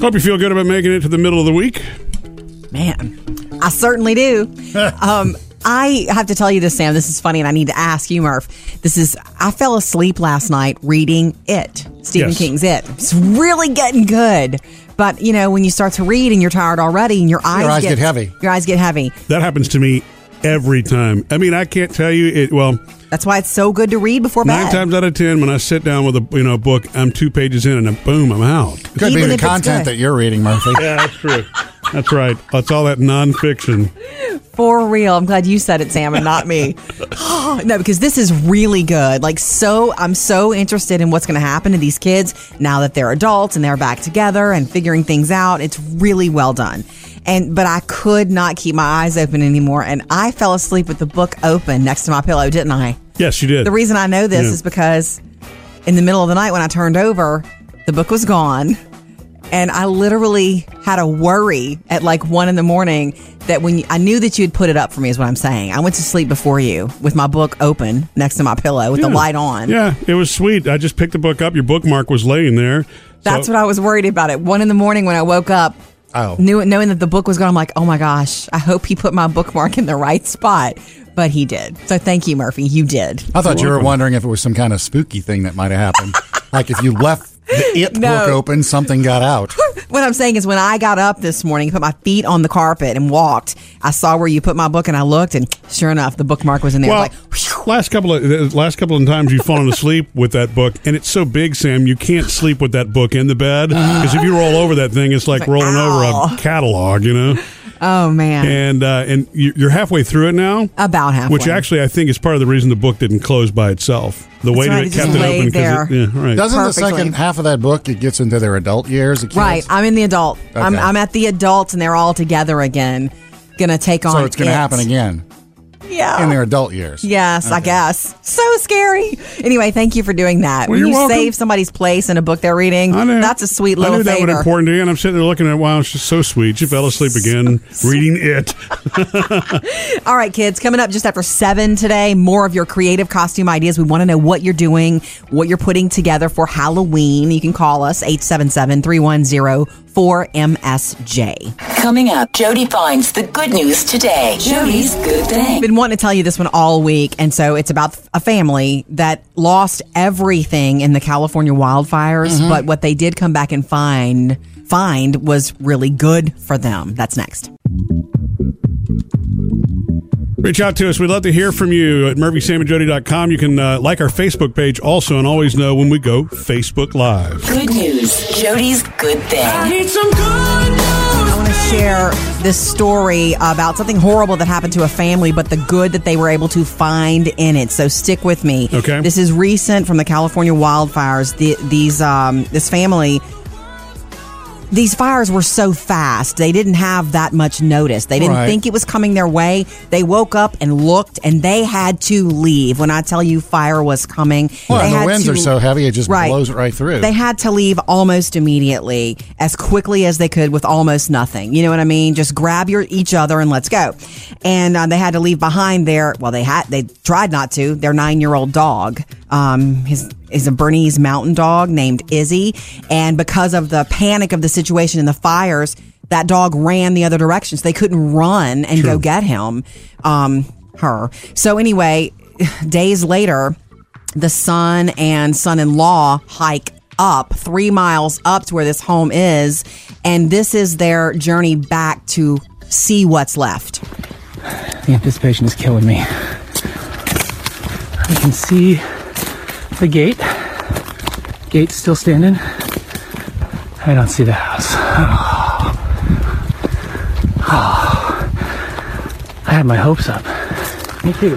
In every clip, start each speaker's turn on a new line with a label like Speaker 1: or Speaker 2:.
Speaker 1: Hope you feel good about making it to the middle of the week.
Speaker 2: Man, I certainly do. um, I have to tell you this, Sam. This is funny, and I need to ask you, Murph. This is, I fell asleep last night reading It, Stephen
Speaker 1: Yes.
Speaker 2: King's It. It's really getting good. But, you know, when you start to read and you're tired already and your eyes,
Speaker 3: eyes get heavy.
Speaker 2: Your eyes get heavy.
Speaker 1: That happens to me every time. I mean, I can't tell you it. Well,
Speaker 2: That's why it's so good to read before
Speaker 1: nine
Speaker 2: bed.
Speaker 1: times out of ten, when I sit down with a you know book, I'm two pages in, and I'm, boom, I'm out.
Speaker 3: Could
Speaker 2: Even
Speaker 3: be the
Speaker 2: if it's
Speaker 3: content
Speaker 2: good.
Speaker 3: that you're reading, Murphy.
Speaker 1: Yeah, that's true. That's right. That's all that nonfiction.
Speaker 2: For real. I'm glad you said it, Sam, and not me. no, because this is really good. Like, so, I'm so interested in what's going to happen to these kids now that they're adults and they're back together and figuring things out. It's really well done. And, but I could not keep my eyes open anymore. And I fell asleep with the book open next to my pillow, didn't I?
Speaker 1: Yes, you did.
Speaker 2: The reason I know this
Speaker 1: Yeah.
Speaker 2: is because in the middle of the night when I turned over, the book was gone. And I literally had a worry at like one in the morning that when you, I knew that you had put it up for me, is what I'm saying. I went to sleep before you with my book open next to my pillow with the
Speaker 1: Yeah.
Speaker 2: light on.
Speaker 1: Yeah, it was sweet. I just picked the book up. Your bookmark was laying there.
Speaker 2: That's what I was worried about at one in the morning when I woke up.
Speaker 3: Oh.
Speaker 2: Knew, knowing that the book was gone, I'm like, oh my gosh, I hope he put my bookmark in the right spot. But he did. So thank you, Murphy. You did.
Speaker 3: I thought you were wondering if it was some kind of spooky thing that might have happened. like if you left the it
Speaker 2: No.
Speaker 3: book open, something got out.
Speaker 2: What I'm saying is, when I got up this morning, put my feet on the carpet and walked, I saw where you put my book, and I looked, and sure enough, the bookmark was in there. I
Speaker 1: Well,
Speaker 2: was like, "Phew."
Speaker 1: last couple of the last couple of times you've fallen asleep with that book, and it's so big, Sam. You can't sleep with that book in the bed because if you roll over that thing, it's like,
Speaker 2: like,
Speaker 1: rolling
Speaker 2: ow.
Speaker 1: over a catalog, you know.
Speaker 2: oh man,
Speaker 1: And uh, and you- you're halfway through it now,
Speaker 2: about halfway.
Speaker 1: which actually I think is part of the reason the book didn't close by itself. The weight
Speaker 2: right,
Speaker 1: of
Speaker 2: it
Speaker 1: it
Speaker 2: just
Speaker 1: kept it
Speaker 2: laid
Speaker 1: open
Speaker 2: there.
Speaker 1: because yeah, right.
Speaker 3: Doesn't the
Speaker 2: Perfectly.
Speaker 3: second half of that book it gets into their adult years? the kids?
Speaker 2: right. I'm in the adult. I'm,
Speaker 3: Okay.
Speaker 2: I'm at the adult, and they're all together again. Gonna take on.
Speaker 3: So it's going
Speaker 2: it.
Speaker 3: to happen again
Speaker 2: Yeah.
Speaker 3: in their adult years.
Speaker 2: Yes, I guess. So scary. Anyway, thank you for doing that.
Speaker 1: Well,
Speaker 2: when
Speaker 1: you're
Speaker 2: you
Speaker 1: welcome.
Speaker 2: save somebody's place in a book they're reading,
Speaker 1: I knew-
Speaker 2: that's a sweet little
Speaker 1: I knew that
Speaker 2: favor.
Speaker 1: was important to you, and I'm sitting there looking at it. Wow, she's so sweet. She fell asleep again reading it.
Speaker 2: All right, kids, coming up just after seven today, more of your creative costume ideas. We want to know what you're doing, what you're putting together for Halloween. You can call us 877 310 4MSJ.
Speaker 4: Coming up, Jody finds the good news today. Jody's good thing.
Speaker 2: Been wanting to tell you this one all week, and so it's about a family that lost everything in the California wildfires, but what they did come back and find find was really good for them. That's next.
Speaker 1: Reach out to us. We'd love to hear from you at murphysamandjody.com. You can uh, like our Facebook page also and always know when we go Facebook Live.
Speaker 4: Good news. Jody's good thing.
Speaker 2: I want to share this story about something horrible that happened to a family, but the good that they were able to find in it. So stick with me.
Speaker 1: Okay.
Speaker 2: This is recent from the California wildfires. The, these um, this family. These fires were so fast. They didn't have that much notice. They didn't
Speaker 3: Right.
Speaker 2: think it was coming their way. They woke up and looked and they had to leave. When I tell you fire was coming,
Speaker 3: Well,
Speaker 2: they
Speaker 3: and the
Speaker 2: had
Speaker 3: winds
Speaker 2: to-
Speaker 3: are so heavy it just
Speaker 2: Right.
Speaker 3: blows it right through.
Speaker 2: they had to leave almost immediately, as quickly as they could, with almost nothing. You know what I mean? Just grab your each other and let's go. And uh, they had to leave behind their well, they had they tried not to their nine year old dog. Um, his is a Bernese Mountain Dog named Izzy, and because of the panic of the situation and the fires, that dog ran the other direction, so they couldn't run and go get him. Um, her. So anyway, days later the son and son in law hike up three miles up to where this home is. And this is their journey back to see what's left.
Speaker 5: The anticipation is killing me. I can see the gate. Gate's still standing. I don't see the house. I had my hopes up. Me too.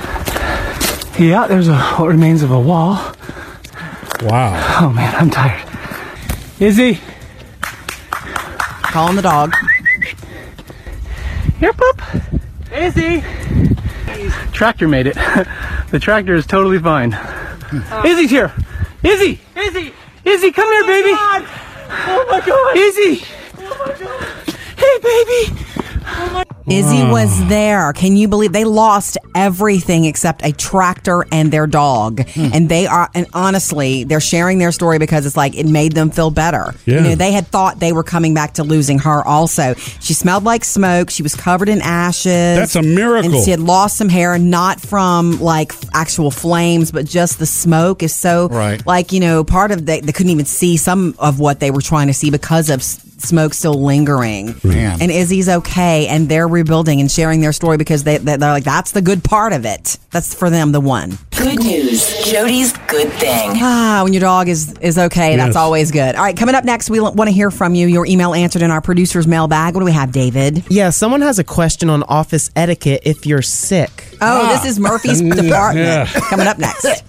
Speaker 5: Yeah, there's a, what remains of a wall.
Speaker 1: Wow.
Speaker 5: Oh man, I'm tired. Izzy,
Speaker 2: Calling the dog.
Speaker 5: Yep up. Izzy. Tractor made it. the tractor is totally fine. Izzy's here. Izzy. Oh. Izzy. Izzy, come here, baby. Oh my god. Izzy. Oh my god. Hey, baby. Oh my.
Speaker 1: Hmm.
Speaker 2: Izzy was there. Can you believe they lost everything except a tractor and their dog?
Speaker 1: Hmm.
Speaker 2: And they are, and honestly, they're sharing their story because it's like it made them feel better.
Speaker 1: Yeah.
Speaker 2: You know, they had thought they were coming back to losing her. Also, she smelled like smoke. She was covered in ashes.
Speaker 1: That's a miracle.
Speaker 2: And she had lost some hair, not from like actual flames, but just the smoke is so
Speaker 3: Right.
Speaker 2: like you know part of they, they couldn't even see some of what they were trying to see because of s- smoke still lingering.
Speaker 3: Man.
Speaker 2: Hmm. And Izzy's okay, and they're rebuilding and sharing their story because they, they they're like that's the good part of it. That's for them the one.
Speaker 4: Good news. Jody's good thing.
Speaker 2: Ah, when your dog is is okay,
Speaker 1: Yes.
Speaker 2: that's always good. All right, coming up next, we want to hear from you. Your email answered in our producer's mailbag. What do we have, David?
Speaker 6: Yeah, someone has a question on office etiquette if you're sick.
Speaker 4: Ah.
Speaker 2: Oh, this is Murphy's department.
Speaker 1: Ah. Yeah.
Speaker 2: Coming up next.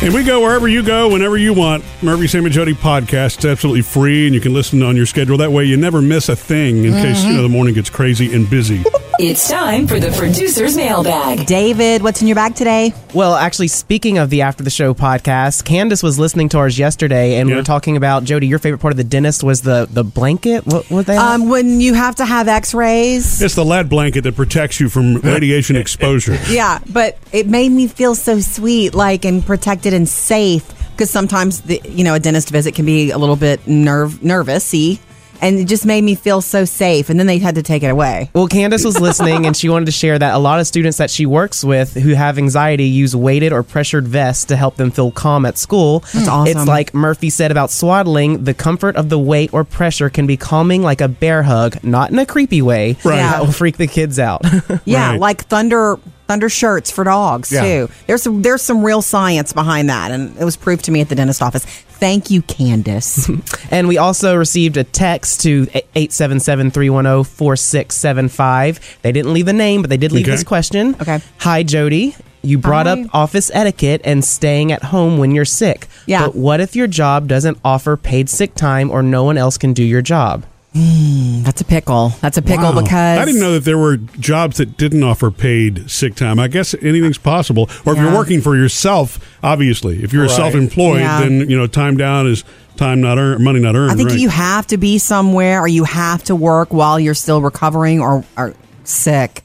Speaker 1: And we go wherever you go, whenever you want. Murphy, Sam, and Jody podcast. It's absolutely free, and you can listen on your schedule. That way, you never miss a thing in case you know the morning gets crazy and busy.
Speaker 4: It's time for the producer's mailbag.
Speaker 2: David, what's in your bag today?
Speaker 6: Well, actually, speaking of the After the Show podcast, Candace was listening to ours yesterday, and we
Speaker 1: Yeah.
Speaker 6: were talking about Jody. Your favorite part of the dentist was the the blanket. What what they? have?
Speaker 2: Um, when you have to have X-rays.
Speaker 1: It's the lead blanket that protects you from radiation exposure.
Speaker 2: Yeah, but it made me feel so sweet, like and protected and safe. Because sometimes the you know a dentist visit can be a little bit nerve nervousy, and it just made me feel so safe. And then they had to take it away.
Speaker 6: Well, Candace was listening and she wanted to share that a lot of students that she works with who have anxiety use weighted or pressured vests to help them feel calm at school. That's
Speaker 2: awesome.
Speaker 6: It's like Murphy said about swaddling, the comfort of the weight or pressure can be calming like a bear hug, not in a creepy way.
Speaker 1: Right.
Speaker 6: That will freak the kids out.
Speaker 2: Yeah,
Speaker 1: Right.
Speaker 2: like thunder thunder shirts for dogs
Speaker 3: Yeah.
Speaker 2: too. There's some there's some real science behind that, and it was proved to me at the dentist office. Thank you, Candace.
Speaker 6: and we also received a text to 877 310 4675. They didn't leave a name, but they did leave
Speaker 1: Okay.
Speaker 6: this question.
Speaker 2: Okay.
Speaker 6: Hi, Jody. You brought
Speaker 2: Hi.
Speaker 6: up office etiquette and staying at home when you're sick.
Speaker 2: Yeah.
Speaker 6: But what if your job doesn't offer paid sick time or no one else can do your job?
Speaker 2: Hmm, That's a pickle. That's a pickle
Speaker 1: Wow.
Speaker 2: because
Speaker 1: I didn't know that there were jobs that didn't offer paid sick time. I guess anything's possible. Or if you're
Speaker 2: Yeah.
Speaker 1: working for yourself, obviously, if you're
Speaker 3: Right.
Speaker 1: self-employed,
Speaker 2: Yeah.
Speaker 1: then you know time down is time not earned, money not earned.
Speaker 2: I think
Speaker 1: right?
Speaker 2: you have to be somewhere or you have to work while you're still recovering or are sick.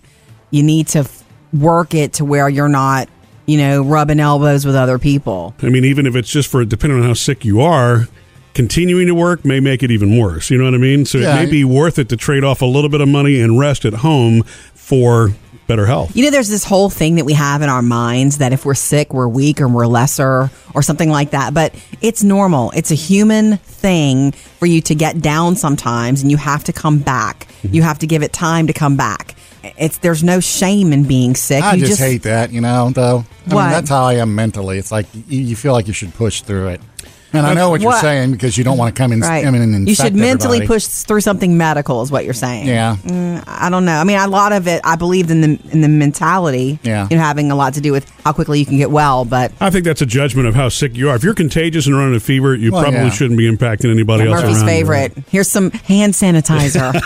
Speaker 2: You need to f- work it to where you're not, you know, rubbing elbows with other people.
Speaker 1: I mean, even if it's just for depending on how sick you are, continuing to work may make it even worse. You know what I mean? So
Speaker 3: Yeah.
Speaker 1: it may be worth it to trade off a little bit of money and rest at home for better health.
Speaker 2: You know, there's this whole thing that we have in our minds that if we're sick, we're weak or we're lesser or something like that. But it's normal. It's a human thing for you to get down sometimes and you have to come back.
Speaker 3: Mm-hmm.
Speaker 2: You have to give it time to come back. It's there's no shame in being sick.
Speaker 3: I
Speaker 2: you
Speaker 3: just, hate that, you know, though. I
Speaker 2: What?
Speaker 3: mean, that's how I am mentally. It's like you, you feel like you should push through it. And I know what,
Speaker 2: What?
Speaker 3: you're saying because you don't want to come in,
Speaker 2: Right.
Speaker 3: come in and
Speaker 2: you should
Speaker 3: infect
Speaker 2: mentally
Speaker 3: everybody.
Speaker 2: push through something medical, is what you're saying.
Speaker 3: Yeah.
Speaker 2: Mm, I don't know. I mean, a lot of it, I believed in the in the mentality.
Speaker 3: Yeah.
Speaker 2: You know, having a lot to do with how quickly you can get well, but
Speaker 1: I think that's a judgment of how sick you are. If you're contagious and running a fever, you
Speaker 3: Well,
Speaker 1: probably
Speaker 3: yeah.
Speaker 1: shouldn't be impacting anybody else.
Speaker 2: Murphy's
Speaker 1: around you.
Speaker 2: favorite. Here's some hand sanitizer.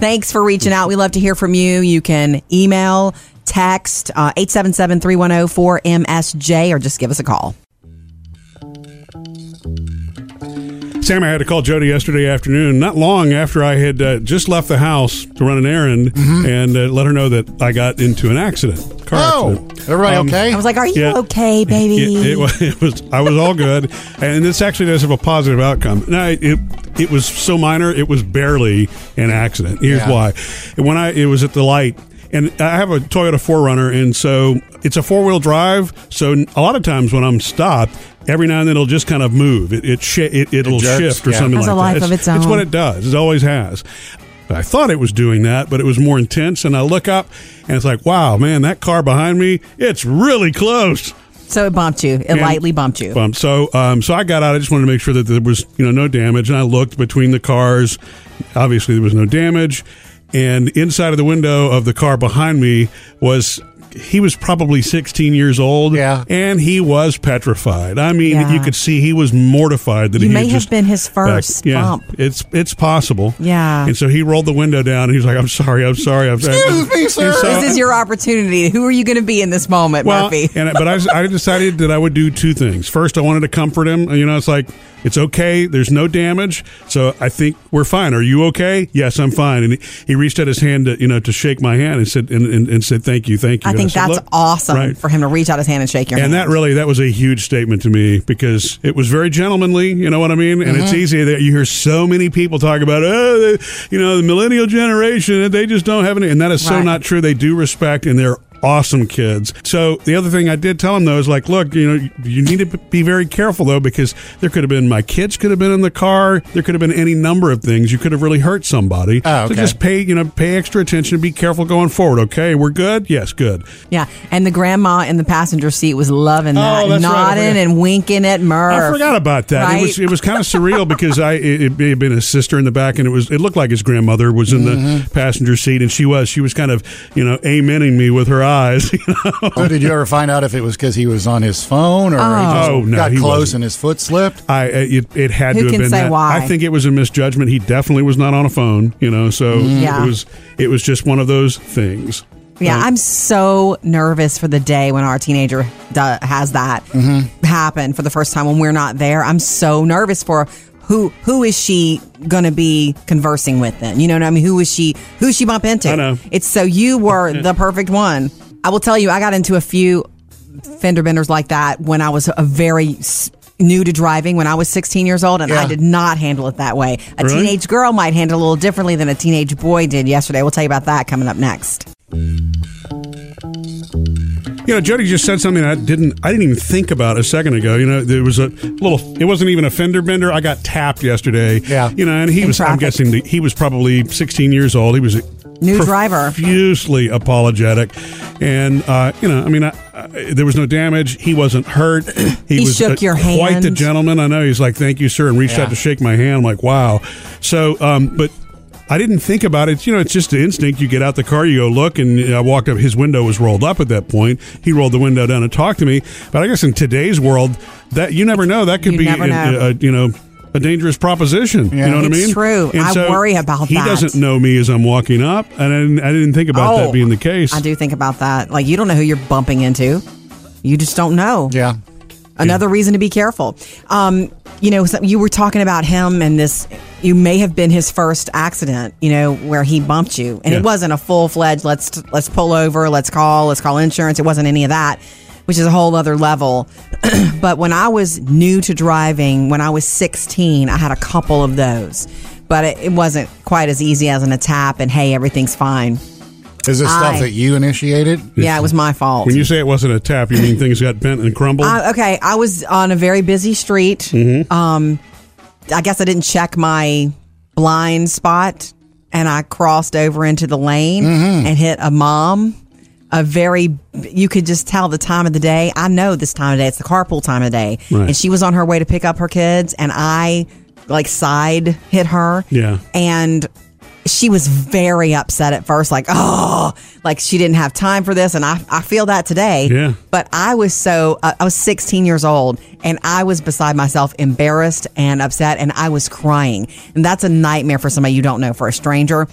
Speaker 2: Thanks for reaching out. We love to hear from you. You can email, text uh, 877-310-4MSJ or just give us a call.
Speaker 1: Sam, I had to call Jody yesterday afternoon, not long after I had uh, just left the house to run an errand
Speaker 3: Mm-hmm.
Speaker 1: and uh, let her know that I got into an accident. Car
Speaker 3: Oh,
Speaker 1: accident.
Speaker 3: everybody okay?
Speaker 2: I was like, are you
Speaker 1: Um, Yeah.
Speaker 2: okay, baby?
Speaker 1: It, it, was, it was. I was all good, and this actually does have a positive outcome. No, it it, it was so minor. It was barely an accident. Here's
Speaker 3: Yeah.
Speaker 1: why. When I it was at the light. And I have a Toyota 4Runner, and so it's a four wheel drive. So a lot of times when I'm stopped, every now and then it'll just kind of move. It it, sh- it it'll
Speaker 3: jerks,
Speaker 1: shift or
Speaker 3: yeah.
Speaker 1: something
Speaker 2: Has
Speaker 1: like
Speaker 2: a life
Speaker 1: that.
Speaker 2: of
Speaker 1: it's,
Speaker 2: its
Speaker 1: it's what
Speaker 2: own.
Speaker 1: it does. It always has. I thought it was doing that, but it was more intense. And I look up, and it's like, wow, man, that car behind me, it's really close.
Speaker 2: so it bumped you. It
Speaker 1: And-
Speaker 2: lightly bumped you.
Speaker 1: Bump. So, um, so I got out. I just wanted to make sure that there was, you know, no damage. And I looked between the cars. Obviously, there was no damage. And inside of the window of the car behind me was back, he was probably 16 years old.
Speaker 3: Yeah.
Speaker 1: And he was petrified. I mean,
Speaker 2: Yeah.
Speaker 1: you could see he was mortified that
Speaker 2: You
Speaker 1: he
Speaker 2: may
Speaker 1: had
Speaker 2: have
Speaker 1: just
Speaker 2: been his
Speaker 1: backed-
Speaker 2: first
Speaker 1: yeah,
Speaker 2: bump.
Speaker 1: It's it's possible.
Speaker 2: Yeah.
Speaker 1: And so he rolled the window down and he was like, I'm sorry, I'm sorry, I'm sorry.
Speaker 3: Excuse me, sir.
Speaker 1: And so-
Speaker 2: This is your opportunity. Who are you going to be in this moment,
Speaker 1: well,
Speaker 2: Murphy?
Speaker 1: and but I, I decided that I would do two things. First, I wanted to comfort him. You know, it's like it's okay. There's no damage, so I think we're fine. Are you okay? Yes, I'm fine. And he, he reached out his hand, to, you know, to shake my hand and said and, and, and said thank you, thank you.
Speaker 2: I think
Speaker 1: And said,
Speaker 2: that's
Speaker 1: "Look,"
Speaker 2: awesome
Speaker 1: right.
Speaker 2: for him to reach out his hand and shake your
Speaker 1: And
Speaker 2: hand.
Speaker 1: that really that was a huge statement to me because it was very gentlemanly, you know what I mean? And
Speaker 2: Mm-hmm.
Speaker 1: it's easy that you hear so many people talk about oh, the, you know, the millennial generation they just don't have any and that is so
Speaker 2: Right.
Speaker 1: not true. They do respect and they're awesome kids. So the other thing I did tell them though is like, look, you know, you need to be very careful though because there could have been my kids could have been in the car, there could have been any number of things. You could have really hurt somebody.
Speaker 3: Oh, okay.
Speaker 1: So just pay, you know, pay extra attention, be careful going forward, okay? We're good? Yes, good.
Speaker 2: yeah. And the grandma in the passenger seat was loving that,
Speaker 1: Oh, that's right. I
Speaker 2: nodding
Speaker 1: forgot.
Speaker 2: and winking at Murph.
Speaker 1: I forgot about that. It was
Speaker 2: Right?
Speaker 1: it was kind of surreal because I it, it may have been his sister in the back, and it was it looked like his grandmother was in the
Speaker 3: Mm-hmm.
Speaker 1: passenger seat, and she was she was kind of you know amening me with her eyes. You know?
Speaker 3: Oh, did you ever find out if it was because he was on his phone or he just
Speaker 1: Oh, no,
Speaker 3: got
Speaker 1: he
Speaker 3: close
Speaker 1: wasn't.
Speaker 3: and his foot slipped?
Speaker 1: I it, it had
Speaker 2: Who
Speaker 1: to have
Speaker 2: can
Speaker 1: been
Speaker 2: say
Speaker 1: that.
Speaker 2: why?
Speaker 1: I think it was a misjudgment. He definitely was not on a phone. You know, so
Speaker 2: Mm. Yeah.
Speaker 1: it was it was just one of those things.
Speaker 2: Yeah,
Speaker 1: Right.
Speaker 2: I'm so nervous for the day when our teenager do- has that
Speaker 1: Mm-hmm.
Speaker 2: happen for the first time when we're not there. I'm so nervous for who who is she going to be conversing with then? You know what I mean? Who is she who is she bump into?
Speaker 1: I know.
Speaker 2: It's so you were the perfect one. I will tell you I got into a few fender benders like that when I was a very s- new to driving when I was 16 years old and I
Speaker 3: Yeah.
Speaker 2: did not handle it that way. A
Speaker 1: Really?
Speaker 2: teenage girl might handle it a little differently than a teenage boy did yesterday. We'll tell you about that coming up next.
Speaker 1: You know, Jody just said something I didn't I didn't even think about a second ago. You know, there was a little it wasn't even a fender bender. I got tapped yesterday.
Speaker 3: Yeah.
Speaker 1: You know, and he
Speaker 2: In
Speaker 1: was I'm
Speaker 2: traffic.
Speaker 1: guessing that he was probably 16 years old. He was
Speaker 2: New driver.
Speaker 1: profusely apologetic, and uh, you know, I mean, I, I, there was no damage. He wasn't hurt. He, was uh,
Speaker 2: shook your
Speaker 1: Quite the
Speaker 2: hand.
Speaker 1: gentleman. I know. He's like, "Thank you, sir," and reached
Speaker 3: Yeah.
Speaker 1: out to shake my hand. I'm like, "Wow." So, um, but. I didn't think about it. You know, it's just the instinct. You get out the car, you go look, and I walked up. His window was rolled up at that point. He rolled the window down and talked to me. But I guess in today's world, that you never know. That could
Speaker 2: You
Speaker 1: be,
Speaker 2: never
Speaker 1: a-
Speaker 2: know.
Speaker 1: a- you know, a dangerous proposition. You know what I
Speaker 2: It's
Speaker 1: mean?
Speaker 2: true. I worry about
Speaker 1: he
Speaker 2: that.
Speaker 1: doesn't know me as I'm walking up, and I didn't, I didn't think about
Speaker 2: Oh,
Speaker 1: that being the case.
Speaker 2: I do think about that. Like you don't know who you're bumping into. You just don't know.
Speaker 3: Yeah.
Speaker 2: Another reason to be careful. Um, you know, so you were talking about him and this. You may have been his first accident. You know, where he bumped you, and
Speaker 1: Yeah.
Speaker 2: it wasn't a full fledged. Let's let's pull over. Let's call. Let's call insurance. It wasn't any of that, which is a whole other level. but when I was new to driving, when I was 16, I had a couple of those, but it, it wasn't quite as easy as an attack and hey, everything's fine.
Speaker 3: Is this
Speaker 2: I-
Speaker 3: stuff that you initiated?
Speaker 2: Yeah, it was my fault.
Speaker 1: When you say it wasn't a tap, you mean things got bent and crumbled?
Speaker 2: I, okay, I was on a very busy street. Um, I guess I didn't check my blind spot, and I crossed over into the lane
Speaker 3: Mm-hmm.
Speaker 2: and hit a mom. A very, you could just tell the time of the day. I know this time of day; it's the carpool time of day,
Speaker 1: Right.
Speaker 2: and she was on her way to pick up her kids, and I like side hit her.
Speaker 1: Yeah.
Speaker 2: and she was very upset at first, like, oh, like she didn't have time for this. And I, I feel that today.
Speaker 1: Yeah.
Speaker 2: But I was so, uh, I was 16 years old and I was beside myself, embarrassed and upset, and I was crying. And that's a nightmare for somebody you don't know, for a stranger.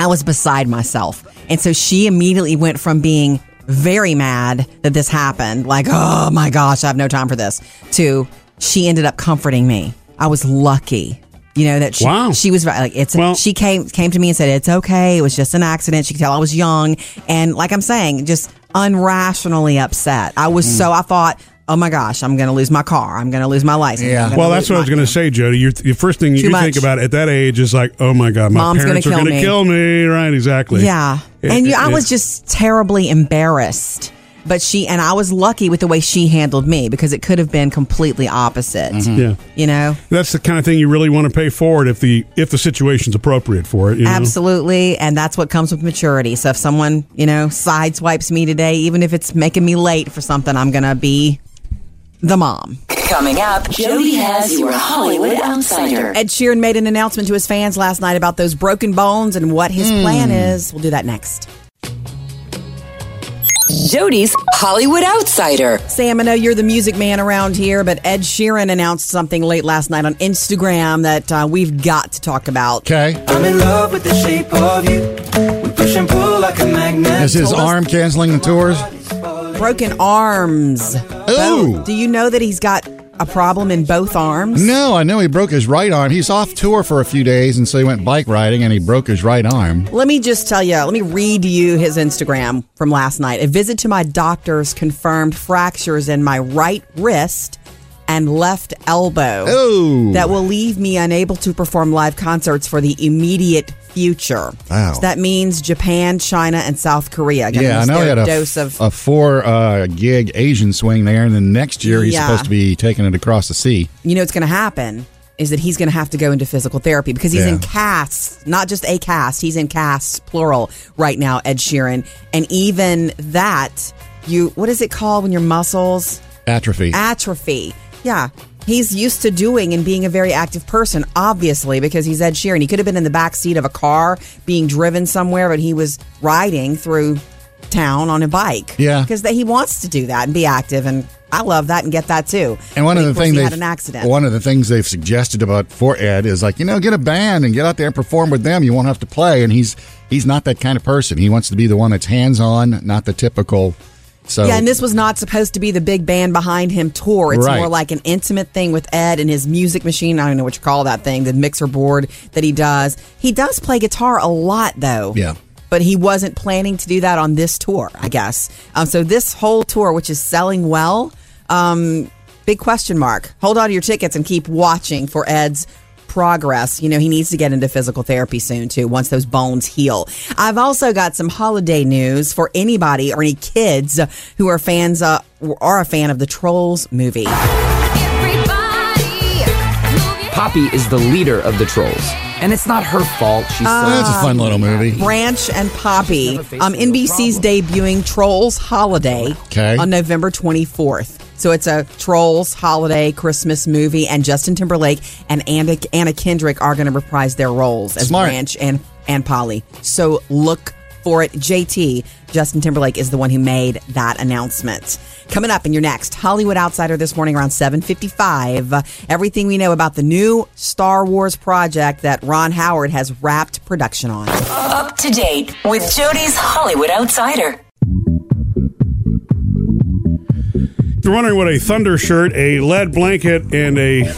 Speaker 2: I was beside myself. And so she immediately went from being very mad that this happened, like, oh my gosh, I have no time for this, to she ended up comforting me. I was lucky. You know that she,
Speaker 1: Wow.
Speaker 2: she was right. Like it's
Speaker 1: Well-
Speaker 2: she came came to me and said it's okay. It was just an accident. She could tell I was young and like I'm saying, just unrationally upset. I
Speaker 1: Hmm.
Speaker 2: was so I thought, oh my gosh, I'm going to lose my car. I'm going to lose my license.
Speaker 3: Yeah.
Speaker 2: I'm gonna
Speaker 1: well,
Speaker 2: lose
Speaker 1: that's what I
Speaker 2: my-
Speaker 1: was going to say, Jody. Your, your first thing you
Speaker 2: much.
Speaker 1: think about at that age is like, oh my God, my
Speaker 2: Mom's gonna
Speaker 1: parents
Speaker 2: kill
Speaker 1: are going
Speaker 2: me.
Speaker 1: to kill me. Right, exactly.
Speaker 2: Yeah.
Speaker 1: It-
Speaker 2: and you,
Speaker 1: it-
Speaker 2: I was
Speaker 1: it-
Speaker 2: just terribly embarrassed. But she and I was lucky with the way she handled me because it could have been completely opposite.
Speaker 1: Yeah.
Speaker 2: You know.
Speaker 1: That's the kind of thing you really want to pay forward if the if the situation's appropriate for it. You know?
Speaker 2: Absolutely. And that's what comes with maturity. So if someone, you know, sideswipes me today, even if it's making me late for something, I'm going to be the mom.
Speaker 4: Coming up, Jody has your Hollywood Outsider.
Speaker 2: Ed Sheeran made an announcement to his fans last night about those broken bones and what his plan is. We'll do that next.
Speaker 4: Jody's Hollywood Outsider.
Speaker 2: Sam, I know you're the music man around here, but Ed Sheeran announced something late last night on Instagram that uh, we've got to talk about.
Speaker 3: Okay.
Speaker 7: I'm in love with the shape of you. We push and pull like a magnet.
Speaker 3: Is his
Speaker 2: Told us-
Speaker 3: arm canceling the tours?
Speaker 2: Broken arms.
Speaker 3: Ooh.
Speaker 2: Do you know that he's got a problem in both arms?
Speaker 3: No, I know he broke his right arm. He's off tour for a few days, and so he went bike riding and he broke his right arm.
Speaker 2: Let me just tell you, let me read you his Instagram from last night. A visit to my doctor's confirmed fractures in my right wrist and left elbow
Speaker 3: Oh.
Speaker 2: that will leave me unable to perform live concerts for the immediate future.
Speaker 3: Wow.
Speaker 2: So that means Japan, China, and South Korea. Gonna
Speaker 3: Yeah, I
Speaker 2: miss
Speaker 3: know he
Speaker 2: their
Speaker 3: had a,
Speaker 2: dose of.
Speaker 3: a four uh, gig Asian swing there, and then next year he's
Speaker 2: Yeah.
Speaker 3: supposed to be taking it across the sea.
Speaker 2: you know what's going to happen is that he's going to have to go into physical therapy because he's in
Speaker 3: Yeah.
Speaker 2: casts, not just a cast. He's in casts, plural, right now. Ed Sheeran, and even that, you what is it called when your muscles
Speaker 3: Atrophy.
Speaker 2: atrophy? Yeah. He's used to doing and being a very active person, obviously, because he's Ed Sheeran. He could have been in the back seat of a car being driven somewhere, but he was riding through town on a bike.
Speaker 3: Yeah.
Speaker 2: because that he wants to do that and be active, and I love that and get that too.
Speaker 3: And one
Speaker 2: But
Speaker 3: of the
Speaker 2: course
Speaker 3: things
Speaker 2: he
Speaker 3: they
Speaker 2: had an accident.
Speaker 3: One of the things they've suggested about for Ed is like you know get a band and get out there and perform with them. You won't have to play. And he's he's not that kind of person. He wants to be the one that's hands on, not the typical. So
Speaker 2: Yeah, and this was not supposed to be the big band behind him tour. It's
Speaker 3: Right.
Speaker 2: more like an intimate thing with Ed and his music machine. I don't know what you call that thing, the mixer board that he does. He does play guitar a lot, though.
Speaker 3: Yeah.
Speaker 2: But he wasn't planning to do that on this tour, I guess. Um, so this whole tour, which is selling well, um, big question mark. Hold on to your tickets and keep watching for Ed's progress. You know, he needs to get into physical therapy soon, too, once those bones heal. I've also got some holiday news for anybody or any kids who are fans uh, or are a fan of the Trolls movie.
Speaker 8: Poppy is the leader of the trolls, and it's not her fault. She's so
Speaker 3: Ah. that's a fun little movie.
Speaker 2: Branch and Poppy. Um, NBC's debuting Trolls Holiday
Speaker 3: Okay.
Speaker 2: on November 24th. So it's a Trolls Holiday Christmas movie, and Justin Timberlake and Anna, Anna Kendrick are going to reprise their roles as
Speaker 3: Smart.
Speaker 2: Branch and, and Polly. So look for it. JT, Justin Timberlake, is the one who made that announcement. Coming up in your next Hollywood Outsider this morning around 7.55, uh, everything we know about the new Star Wars project that Ron Howard has wrapped production on.
Speaker 4: Up to date with Jody's Hollywood Outsider.
Speaker 1: If you're wondering what a thunder shirt, a lead blanket, and a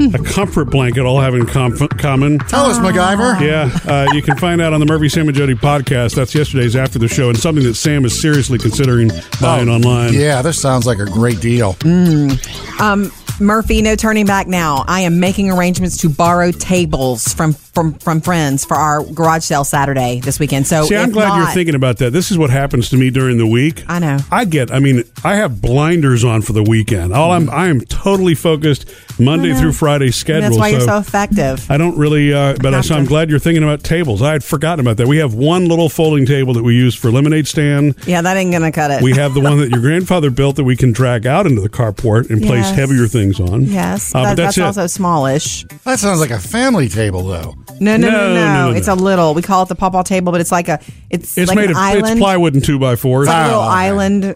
Speaker 1: a comfort blanket all have in com- common.
Speaker 3: Tell us, MacGyver.
Speaker 1: Yeah, uh, you can find out on the Murphy Sam and Jody podcast. That's yesterday's after the show, and something that Sam is seriously considering buying online.
Speaker 3: Oh, Yeah, this sounds like a great deal.
Speaker 2: Mm, Um, Murphy, no turning back now. I am making arrangements to borrow tables from from from friends for our garage sale Saturday this weekend. So
Speaker 1: See, I'm
Speaker 2: if
Speaker 1: glad
Speaker 2: not-
Speaker 1: you're thinking about that. This is what happens to me during the week.
Speaker 2: I know.
Speaker 1: I get. I mean, I have blinders on for the weekend. All I'm, I am totally focused Monday through Friday schedule.
Speaker 2: That's why you're
Speaker 1: so
Speaker 2: so effective.
Speaker 1: I don't really, uh, but I, so I'm
Speaker 2: Gotcha.
Speaker 1: glad you're thinking about tables. I had forgotten about that. We have one little folding table that we use for lemonade stand.
Speaker 2: Yeah, that ain't gonna cut it.
Speaker 1: We have the one that your grandfather built that we can drag out into the carport and place
Speaker 2: Yes.
Speaker 1: heavier things on.
Speaker 2: yes,
Speaker 1: Uh,
Speaker 2: that-
Speaker 1: but that's,
Speaker 2: that's,
Speaker 1: it.
Speaker 2: also smallish.
Speaker 3: That sounds like a family table, though.
Speaker 2: No no no, no,
Speaker 1: No, no, no,
Speaker 2: It's
Speaker 1: no.
Speaker 2: a little. We call it the pawpaw table, but it's like a it's,
Speaker 1: it's
Speaker 2: like
Speaker 1: made
Speaker 2: an
Speaker 1: of it's
Speaker 2: island.
Speaker 1: plywood and two by fours.
Speaker 2: It's like a little
Speaker 3: Oh, okay.
Speaker 2: island uh,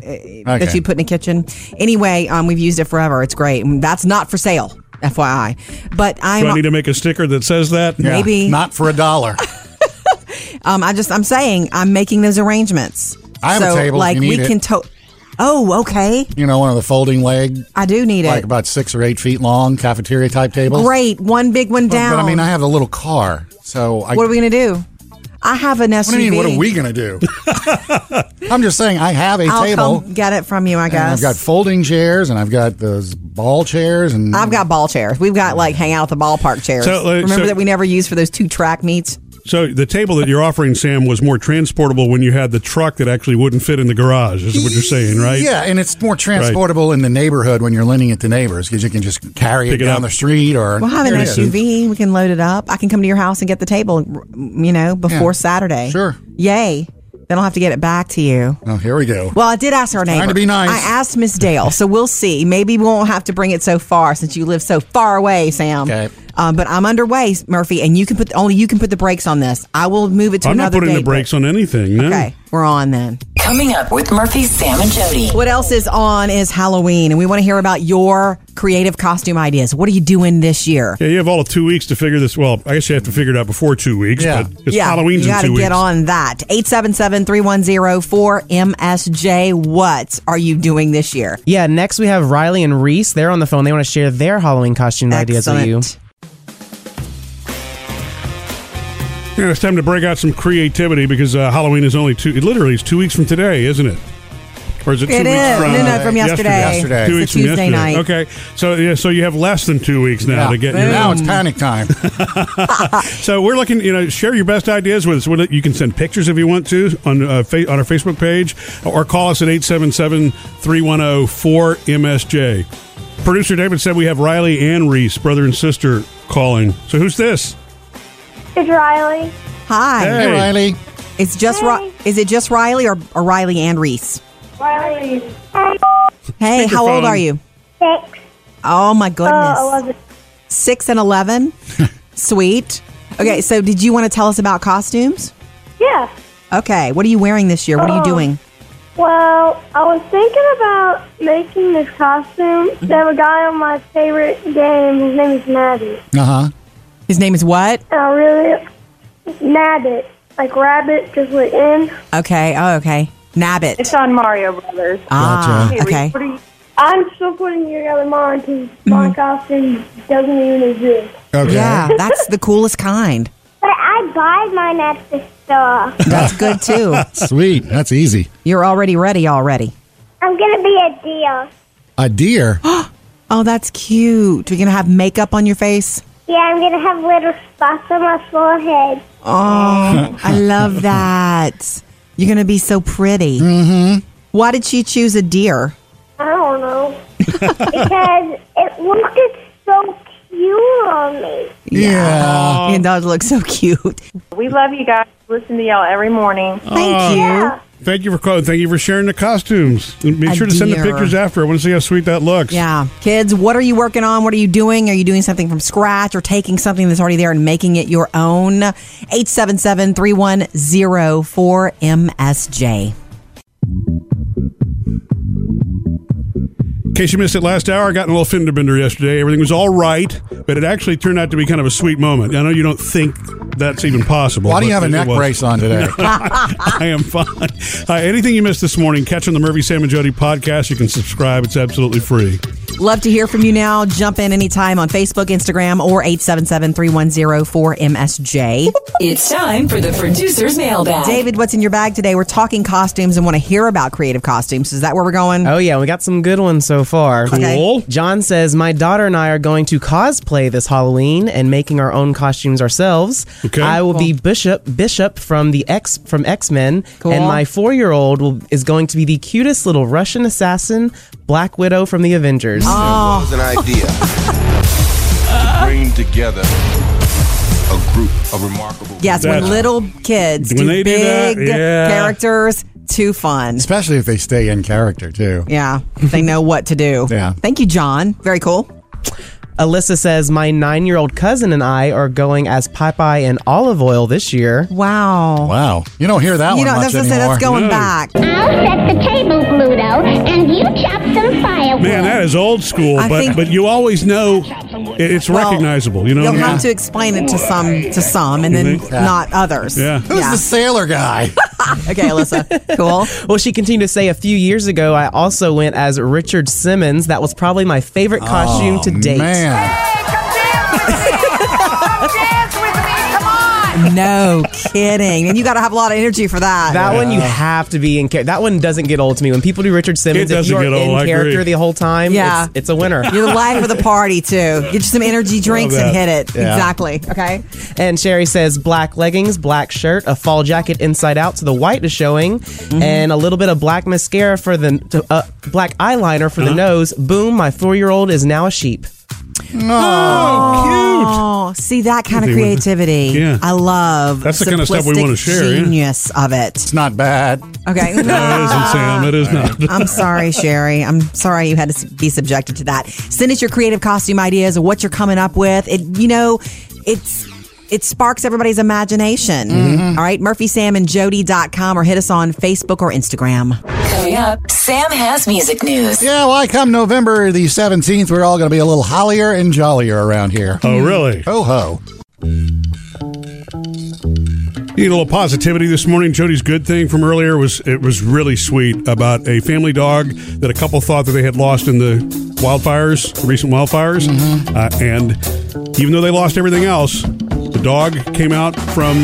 Speaker 2: that
Speaker 3: Okay.
Speaker 2: you put in a kitchen. Anyway, um, we've used it forever. It's great. And That's not for sale, FYI. But I'm
Speaker 1: Do I need to make a sticker that says that?
Speaker 3: Yeah,
Speaker 2: Maybe.
Speaker 3: not for a dollar.
Speaker 2: Um, I just I'm saying I'm making those arrangements.
Speaker 3: I have a
Speaker 2: so,
Speaker 3: table if
Speaker 2: Like
Speaker 3: you need
Speaker 2: we
Speaker 3: it.
Speaker 2: can to. Oh, okay.
Speaker 3: You know, one of the folding leg,
Speaker 2: I do need
Speaker 3: like
Speaker 2: it.
Speaker 3: about six or eight feet long, cafeteria type tables.
Speaker 2: Great, one big one
Speaker 3: But,
Speaker 2: down.
Speaker 3: but I mean, I have the little car, so I,
Speaker 2: what are we gonna do? I have an SUV.
Speaker 3: What do you mean? What are we gonna do? I'm just saying, I have a
Speaker 2: I'll
Speaker 3: table.
Speaker 2: come get it from you. I
Speaker 3: and
Speaker 2: guess
Speaker 3: I've got folding chairs, and I've got those ball chairs, and
Speaker 2: I've got ball chairs. We've got like hang out at the ballpark chairs.
Speaker 1: So, like,
Speaker 2: Remember
Speaker 1: so-
Speaker 2: that we never used for those two track meets.
Speaker 1: So the table that you're offering, Sam, was more transportable when you had the truck that actually wouldn't fit in the garage. Is what you're saying, right?
Speaker 3: yeah, and it's more transportable in the neighborhood when you're lending it to neighbors because you can just carry
Speaker 1: Pick
Speaker 3: it
Speaker 1: it
Speaker 3: down
Speaker 1: up.
Speaker 3: the street or
Speaker 2: We'll have an
Speaker 3: There it is.
Speaker 2: SUV. We can load it up. I can come to your house and get the table. You know, before
Speaker 3: Yeah.
Speaker 2: Saturday.
Speaker 3: Sure.
Speaker 2: Yay. Then I'll have to get it back to you.
Speaker 3: Oh, here we go.
Speaker 2: Well, I did ask her name.
Speaker 3: to be nice.
Speaker 2: I asked Miss Dale, so we'll see. Maybe we won't have to bring it so far since you live so far away, Sam.
Speaker 3: Okay.
Speaker 2: Um, but I'm underway, Murphy, and you can put only you can put the brakes on this. I will move it to
Speaker 1: I'm not
Speaker 2: another
Speaker 1: putting the
Speaker 2: date, but-
Speaker 1: brakes on anything. No.
Speaker 2: Okay, we're on then.
Speaker 4: Coming up with Murphy, Sam, and Jody.
Speaker 2: What else is on is Halloween, and we want to hear about your creative costume ideas. What are you doing this year?
Speaker 1: Yeah, you have all of two weeks to figure this. Well, I guess you have to figure it out before two weeks.
Speaker 3: Yeah.
Speaker 1: But it's
Speaker 2: yeah,
Speaker 1: Halloween's
Speaker 2: you
Speaker 1: in
Speaker 2: got
Speaker 1: two
Speaker 2: to
Speaker 1: weeks.
Speaker 2: get on that. 877-310-4MSJ. What are you doing this year?
Speaker 6: Yeah, next we have Riley and Reese. They're on the phone. They want to share their Halloween costume ideas with you.
Speaker 2: Excellent.
Speaker 1: Yeah, it's time to break out some creativity because uh, Halloween is only two. It literally is two weeks from today, isn't it? Or is it two
Speaker 2: It
Speaker 1: weeks
Speaker 2: is.
Speaker 1: from
Speaker 2: No, no, from yesterday.
Speaker 3: Yesterday.
Speaker 1: Two
Speaker 2: It's a
Speaker 1: weeks from
Speaker 2: Tuesday
Speaker 1: yesterday.
Speaker 2: night.
Speaker 1: Okay, so yeah, so you have less than two weeks now
Speaker 3: Yeah.
Speaker 1: to get your.
Speaker 3: now it's panic time.
Speaker 1: So we're looking, you know, share your best ideas with us. We'll- You can send pictures if you want to on uh, fa- on our Facebook page or call us at oh, 877-310-4MSJ. Producer David said we have Riley and Reese, brother and sister, calling. So who's this?
Speaker 9: It's Riley.
Speaker 2: Hi.
Speaker 1: Hey.
Speaker 3: hey, Riley.
Speaker 2: It's just Ri- is it just Riley or, or Riley and Reese?
Speaker 9: Riley.
Speaker 2: Hey, how old
Speaker 1: Speakerphone.
Speaker 2: are you?
Speaker 9: Six.
Speaker 2: Oh my
Speaker 9: Oh,
Speaker 2: goodness.
Speaker 9: I love it.
Speaker 2: Six and eleven. Sweet. Okay, so did you want to tell us about costumes?
Speaker 9: Yeah.
Speaker 2: Okay, what are you wearing this year? What are you
Speaker 9: Oh.
Speaker 2: doing?
Speaker 9: Well, I was thinking about making this costume. There's a guy on my favorite game. His name is Nabbit.
Speaker 1: Uh-huh.
Speaker 3: Uh huh.
Speaker 2: His name is what?
Speaker 9: And I Oh, really Nabbit, like rabbit, just like in.
Speaker 2: Okay. Oh, okay. Nabbit.
Speaker 9: on Mario Brothers.
Speaker 2: Ah,
Speaker 3: Gotcha.
Speaker 2: okay.
Speaker 9: I'm still putting together mine because my costume doesn't even exist.
Speaker 3: Okay.
Speaker 2: Yeah, that's the coolest kind.
Speaker 9: But I buy mine at the store.
Speaker 2: That's good too.
Speaker 3: Sweet. That's easy.
Speaker 2: You're already ready already.
Speaker 9: I'm gonna be a deer.
Speaker 3: A deer.
Speaker 2: Oh, that's cute. You're gonna have makeup on your face.
Speaker 9: Yeah, I'm gonna have little spots on my forehead.
Speaker 2: Oh, I love that. You're gonna be so pretty. Mm-hmm. Why did she choose a deer?
Speaker 9: I don't know. because it looked so cute on me.
Speaker 3: yeah.
Speaker 2: It does look so cute.
Speaker 9: We love you guys. Listen to y'all every morning.
Speaker 2: Thank you.
Speaker 9: Yeah.
Speaker 1: Uh, Thank you for calling. Thank you for sharing the costumes. And Be
Speaker 2: A
Speaker 1: sure to send the
Speaker 2: deer.
Speaker 1: pictures after. I want to see how sweet that looks.
Speaker 2: Yeah. Kids, what are you working on? What are you doing? Are you doing something from scratch or taking something that's already there and making it your own? 877 310 4MSJ.
Speaker 1: In case you missed it last hour, I got in a little fender bender yesterday. Everything was all right, but it actually turned out to be kind of a sweet moment. I know you don't think that's even possible.
Speaker 3: Why do you
Speaker 1: but
Speaker 3: have a
Speaker 1: it
Speaker 3: neck
Speaker 1: was.
Speaker 3: brace on today?
Speaker 1: I am fine. Uh, anything you missed this morning, catch on the Murphy, Sam, and Jody podcast. You can subscribe. It's absolutely free.
Speaker 2: Love to hear from you now. Jump in anytime on Facebook, Instagram, or 877 310 4MSJ.
Speaker 4: It's time for the producer's mailbag.
Speaker 2: David, what's in your bag today? We're talking costumes and want to hear about creative costumes. Is that where we're going?
Speaker 6: Oh yeah, we got some good ones so far.
Speaker 2: Okay. Cool.
Speaker 6: John says my daughter and I are going to cosplay this Halloween and making our own costumes ourselves.
Speaker 1: Okay.
Speaker 6: I will be Bishop Bishop from the X from X Men,
Speaker 2: Cool.
Speaker 6: and my four year old will is going to be the cutest little Russian assassin, Black Widow from the Avengers. Oh.
Speaker 2: Oh,
Speaker 10: was an idea to bring together a group of remarkable.
Speaker 2: Yes, when
Speaker 1: That's-
Speaker 2: little kids do
Speaker 1: When they do that,
Speaker 2: big
Speaker 1: yeah.
Speaker 2: characters, too fun.
Speaker 3: Especially if they stay in character too.
Speaker 2: Yeah, they know what to do.
Speaker 3: Yeah.
Speaker 2: Thank you, John. Very cool.
Speaker 6: Alyssa says my nine year old cousin and I are going as Popeye and olive oil this year.
Speaker 2: Wow.
Speaker 3: Wow. You don't hear that
Speaker 2: You
Speaker 3: one
Speaker 2: know,
Speaker 3: much
Speaker 2: that's, that's,
Speaker 3: anymore. Mm.
Speaker 2: that's going
Speaker 1: No.
Speaker 2: back.
Speaker 9: I'll set the table, Pluto, and you chop some firewood.
Speaker 1: Man, that is old school,
Speaker 2: I
Speaker 1: but
Speaker 2: think-
Speaker 1: but you always know it- it's
Speaker 2: Well,
Speaker 1: recognizable. You know,
Speaker 2: You'll
Speaker 1: what I mean?
Speaker 2: have to explain it to some, to some, and then
Speaker 1: think?
Speaker 2: not others.
Speaker 1: Yeah.
Speaker 3: Who's the sailor guy?
Speaker 2: Okay, Alyssa. Cool.
Speaker 6: Well, she continued to say a few years ago, I also went as Richard Simmons. That was probably my
Speaker 1: Oh,
Speaker 6: favorite costume to date.
Speaker 3: Man.
Speaker 2: No kidding. And you got to have a lot of energy for that.
Speaker 6: That one you have to be in character. That one doesn't get old to me. When people do Richard Simmons,
Speaker 1: It
Speaker 6: if you are
Speaker 1: doesn't get old, I
Speaker 6: in character
Speaker 1: agree.
Speaker 6: the whole time,
Speaker 2: Yeah.
Speaker 6: it's, it's a winner.
Speaker 2: You're the life of the party, too. Get you some energy drinks and hit
Speaker 1: that.
Speaker 2: it.
Speaker 3: Yeah.
Speaker 2: Exactly. Okay.
Speaker 6: and Sherry says black leggings, black shirt, a fall jacket inside out, so the white is showing,
Speaker 1: Mm-hmm.
Speaker 6: and a little bit of black mascara for the to, uh, black eyeliner for the nose. Boom! My four year old is now a sheep.
Speaker 2: Oh, cute. See that kind of
Speaker 1: They wouldn't-
Speaker 2: creativity.
Speaker 1: Yeah.
Speaker 2: I love
Speaker 1: That's the kind of stuff we wanna
Speaker 2: simplistic
Speaker 1: share, yeah.
Speaker 2: Genius of it. It's
Speaker 3: not bad.
Speaker 2: Okay.
Speaker 1: No, it isn't, Sam. It is not.
Speaker 2: I'm sorry, Sherry. I'm sorry you had to be subjected to that. Send us your creative costume ideas of what you're coming up with. It, you know, it's it sparks everybody's imagination.
Speaker 1: Mm-hmm.
Speaker 2: All right, murphysamandjody.com or hit us on Facebook or Instagram.
Speaker 4: Coming up, Sam has music news.
Speaker 3: Yeah, well, I come November the 17th, we're all going to be a little hollier and jollier around here.
Speaker 1: Oh, really?
Speaker 3: Ho ho.
Speaker 1: You need a little positivity this morning. Jody's good thing from earlier was it was really sweet about a family dog that a couple thought that they had lost in the wildfires, the recent wildfires,
Speaker 3: Mm-hmm.
Speaker 1: uh, and even though they lost everything else, the dog came out from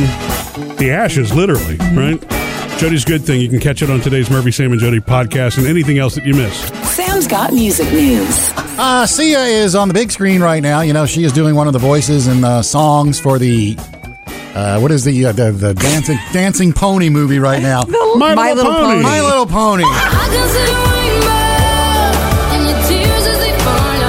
Speaker 1: the ashes, literally.
Speaker 3: Mm-hmm.
Speaker 1: Right? Jody's good thing. You can catch it on today's Murphy Sam and Jody podcast and anything else that you missed.
Speaker 4: Sam's got music news.
Speaker 3: Uh, Sia is on the big screen right now. You know, she is doing one of the voices and the songs for the. Uh, what is the, uh, the the dancing dancing pony movie right now?
Speaker 1: My My Little Little Pony. Pony.
Speaker 3: My Little Pony.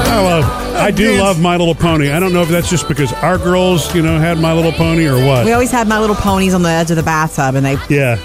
Speaker 1: I love. I do love My Little Pony. I don't know if that's just because our girls, you know, had My Little Pony or what.
Speaker 2: We always had my little ponies on the edge of the bathtub and they
Speaker 1: Yeah.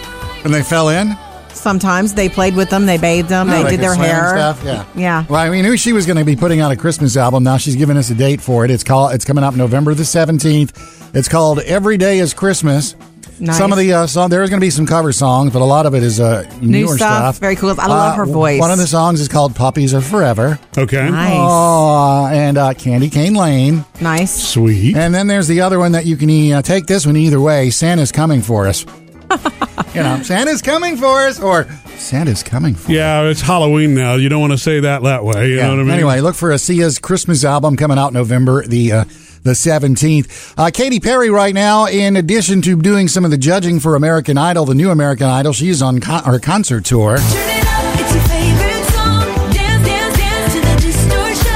Speaker 3: And they fell in.
Speaker 2: sometimes they played with them, they bathed them,
Speaker 3: Yeah,
Speaker 2: they
Speaker 3: like
Speaker 2: did
Speaker 3: a
Speaker 2: their
Speaker 3: swim and
Speaker 2: hair.
Speaker 3: stuff, yeah.
Speaker 2: Yeah.
Speaker 3: Well, we knew she was going to be putting out a Christmas album. Now she's giving us a date for it. It's called. It's coming up November the seventeenth. It's called "Every Day Is Christmas."
Speaker 2: Nice.
Speaker 3: Some of the uh, song there's going to be some cover songs, but a lot of it is uh,
Speaker 2: New stuff,
Speaker 3: newer stuff.
Speaker 2: very cool. I love
Speaker 3: Uh,
Speaker 2: her voice.
Speaker 3: One of the songs is called "Puppies Are Forever."
Speaker 1: Okay.
Speaker 2: Nice.
Speaker 3: Oh, and uh, Candy Cane Lane.
Speaker 2: Nice.
Speaker 1: Sweet.
Speaker 3: And then there's the other one that you can uh, take this one either way. Santa's coming for us. you know, Santa's coming for us, or Santa's coming for.
Speaker 1: Yeah, it's Halloween now. You don't want to say that that way. You know what I mean?
Speaker 3: Anyway, look for Asia's Christmas album coming out November the uh, the seventeenth. Uh, Katy Perry, right now, in addition to doing some of the judging for American Idol, the new American Idol, she's on con- her concert tour.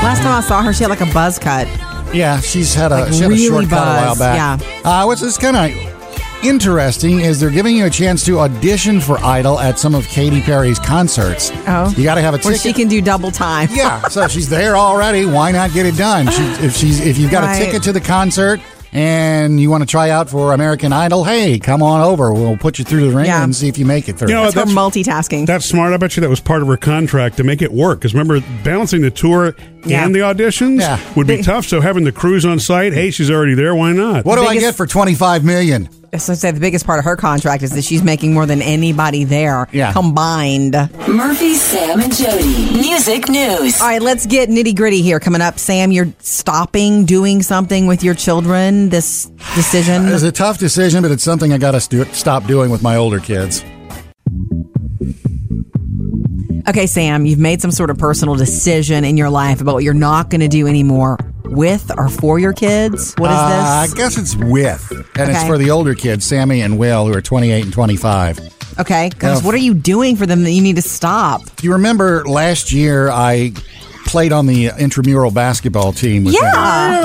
Speaker 2: Last time I saw her, she had like a buzz cut.
Speaker 3: Yeah, she's had a,
Speaker 2: Like
Speaker 3: she had
Speaker 2: really
Speaker 3: a short cut a while
Speaker 2: buzzed,
Speaker 3: back. Yeah. Uh, what's this kind of interesting is they're giving you a chance to audition for Idol at some of Katy Perry's concerts.
Speaker 2: Oh.
Speaker 3: You got to have a
Speaker 2: Where
Speaker 3: ticket.
Speaker 2: she can do double time.
Speaker 3: yeah, so she's there already. Why not get it done? She, if she's if you've got
Speaker 2: Right.
Speaker 3: a ticket to the concert and you want to try out for American Idol, hey, come on over. We'll put you through the ring
Speaker 2: Yeah.
Speaker 3: and see if you make it through.
Speaker 1: You know what?
Speaker 2: That's her
Speaker 1: That's-
Speaker 2: multitasking.
Speaker 1: That's smart. I bet you that was part of her contract to make it work. Because remember, balancing the tour
Speaker 2: Yeah.
Speaker 1: and the auditions
Speaker 3: Yeah.
Speaker 1: would be
Speaker 2: They-
Speaker 1: tough. So having the crews on site, hey, she's already there. Why not?
Speaker 3: what do I
Speaker 2: biggest-
Speaker 3: get for twenty five million?
Speaker 2: That's what I say the biggest part of her contract is that she's making more than anybody there
Speaker 3: Yeah.
Speaker 2: combined. All
Speaker 4: Murphy, Sam, and Jody. Music news.
Speaker 2: right, let's get nitty gritty here. Coming up, Sam, you're stopping doing something with your children. This decision.
Speaker 3: It's a tough decision, but it's something I got to stu- stop doing with my older kids.
Speaker 2: Okay, Sam, you've made some sort of personal decision in your life about what you're not going to do anymore with or for your kids. What is
Speaker 3: Uh, I
Speaker 2: this?
Speaker 3: guess it's with, and it's
Speaker 2: Okay.
Speaker 3: for the older kids, Sammy and Will, who are 28 and 25.
Speaker 2: Okay,
Speaker 3: Yeah.
Speaker 2: gosh, what are you doing for them that you need to stop?
Speaker 3: If you remember last year, I played on the intramural basketball team. With
Speaker 2: Yeah.
Speaker 3: them.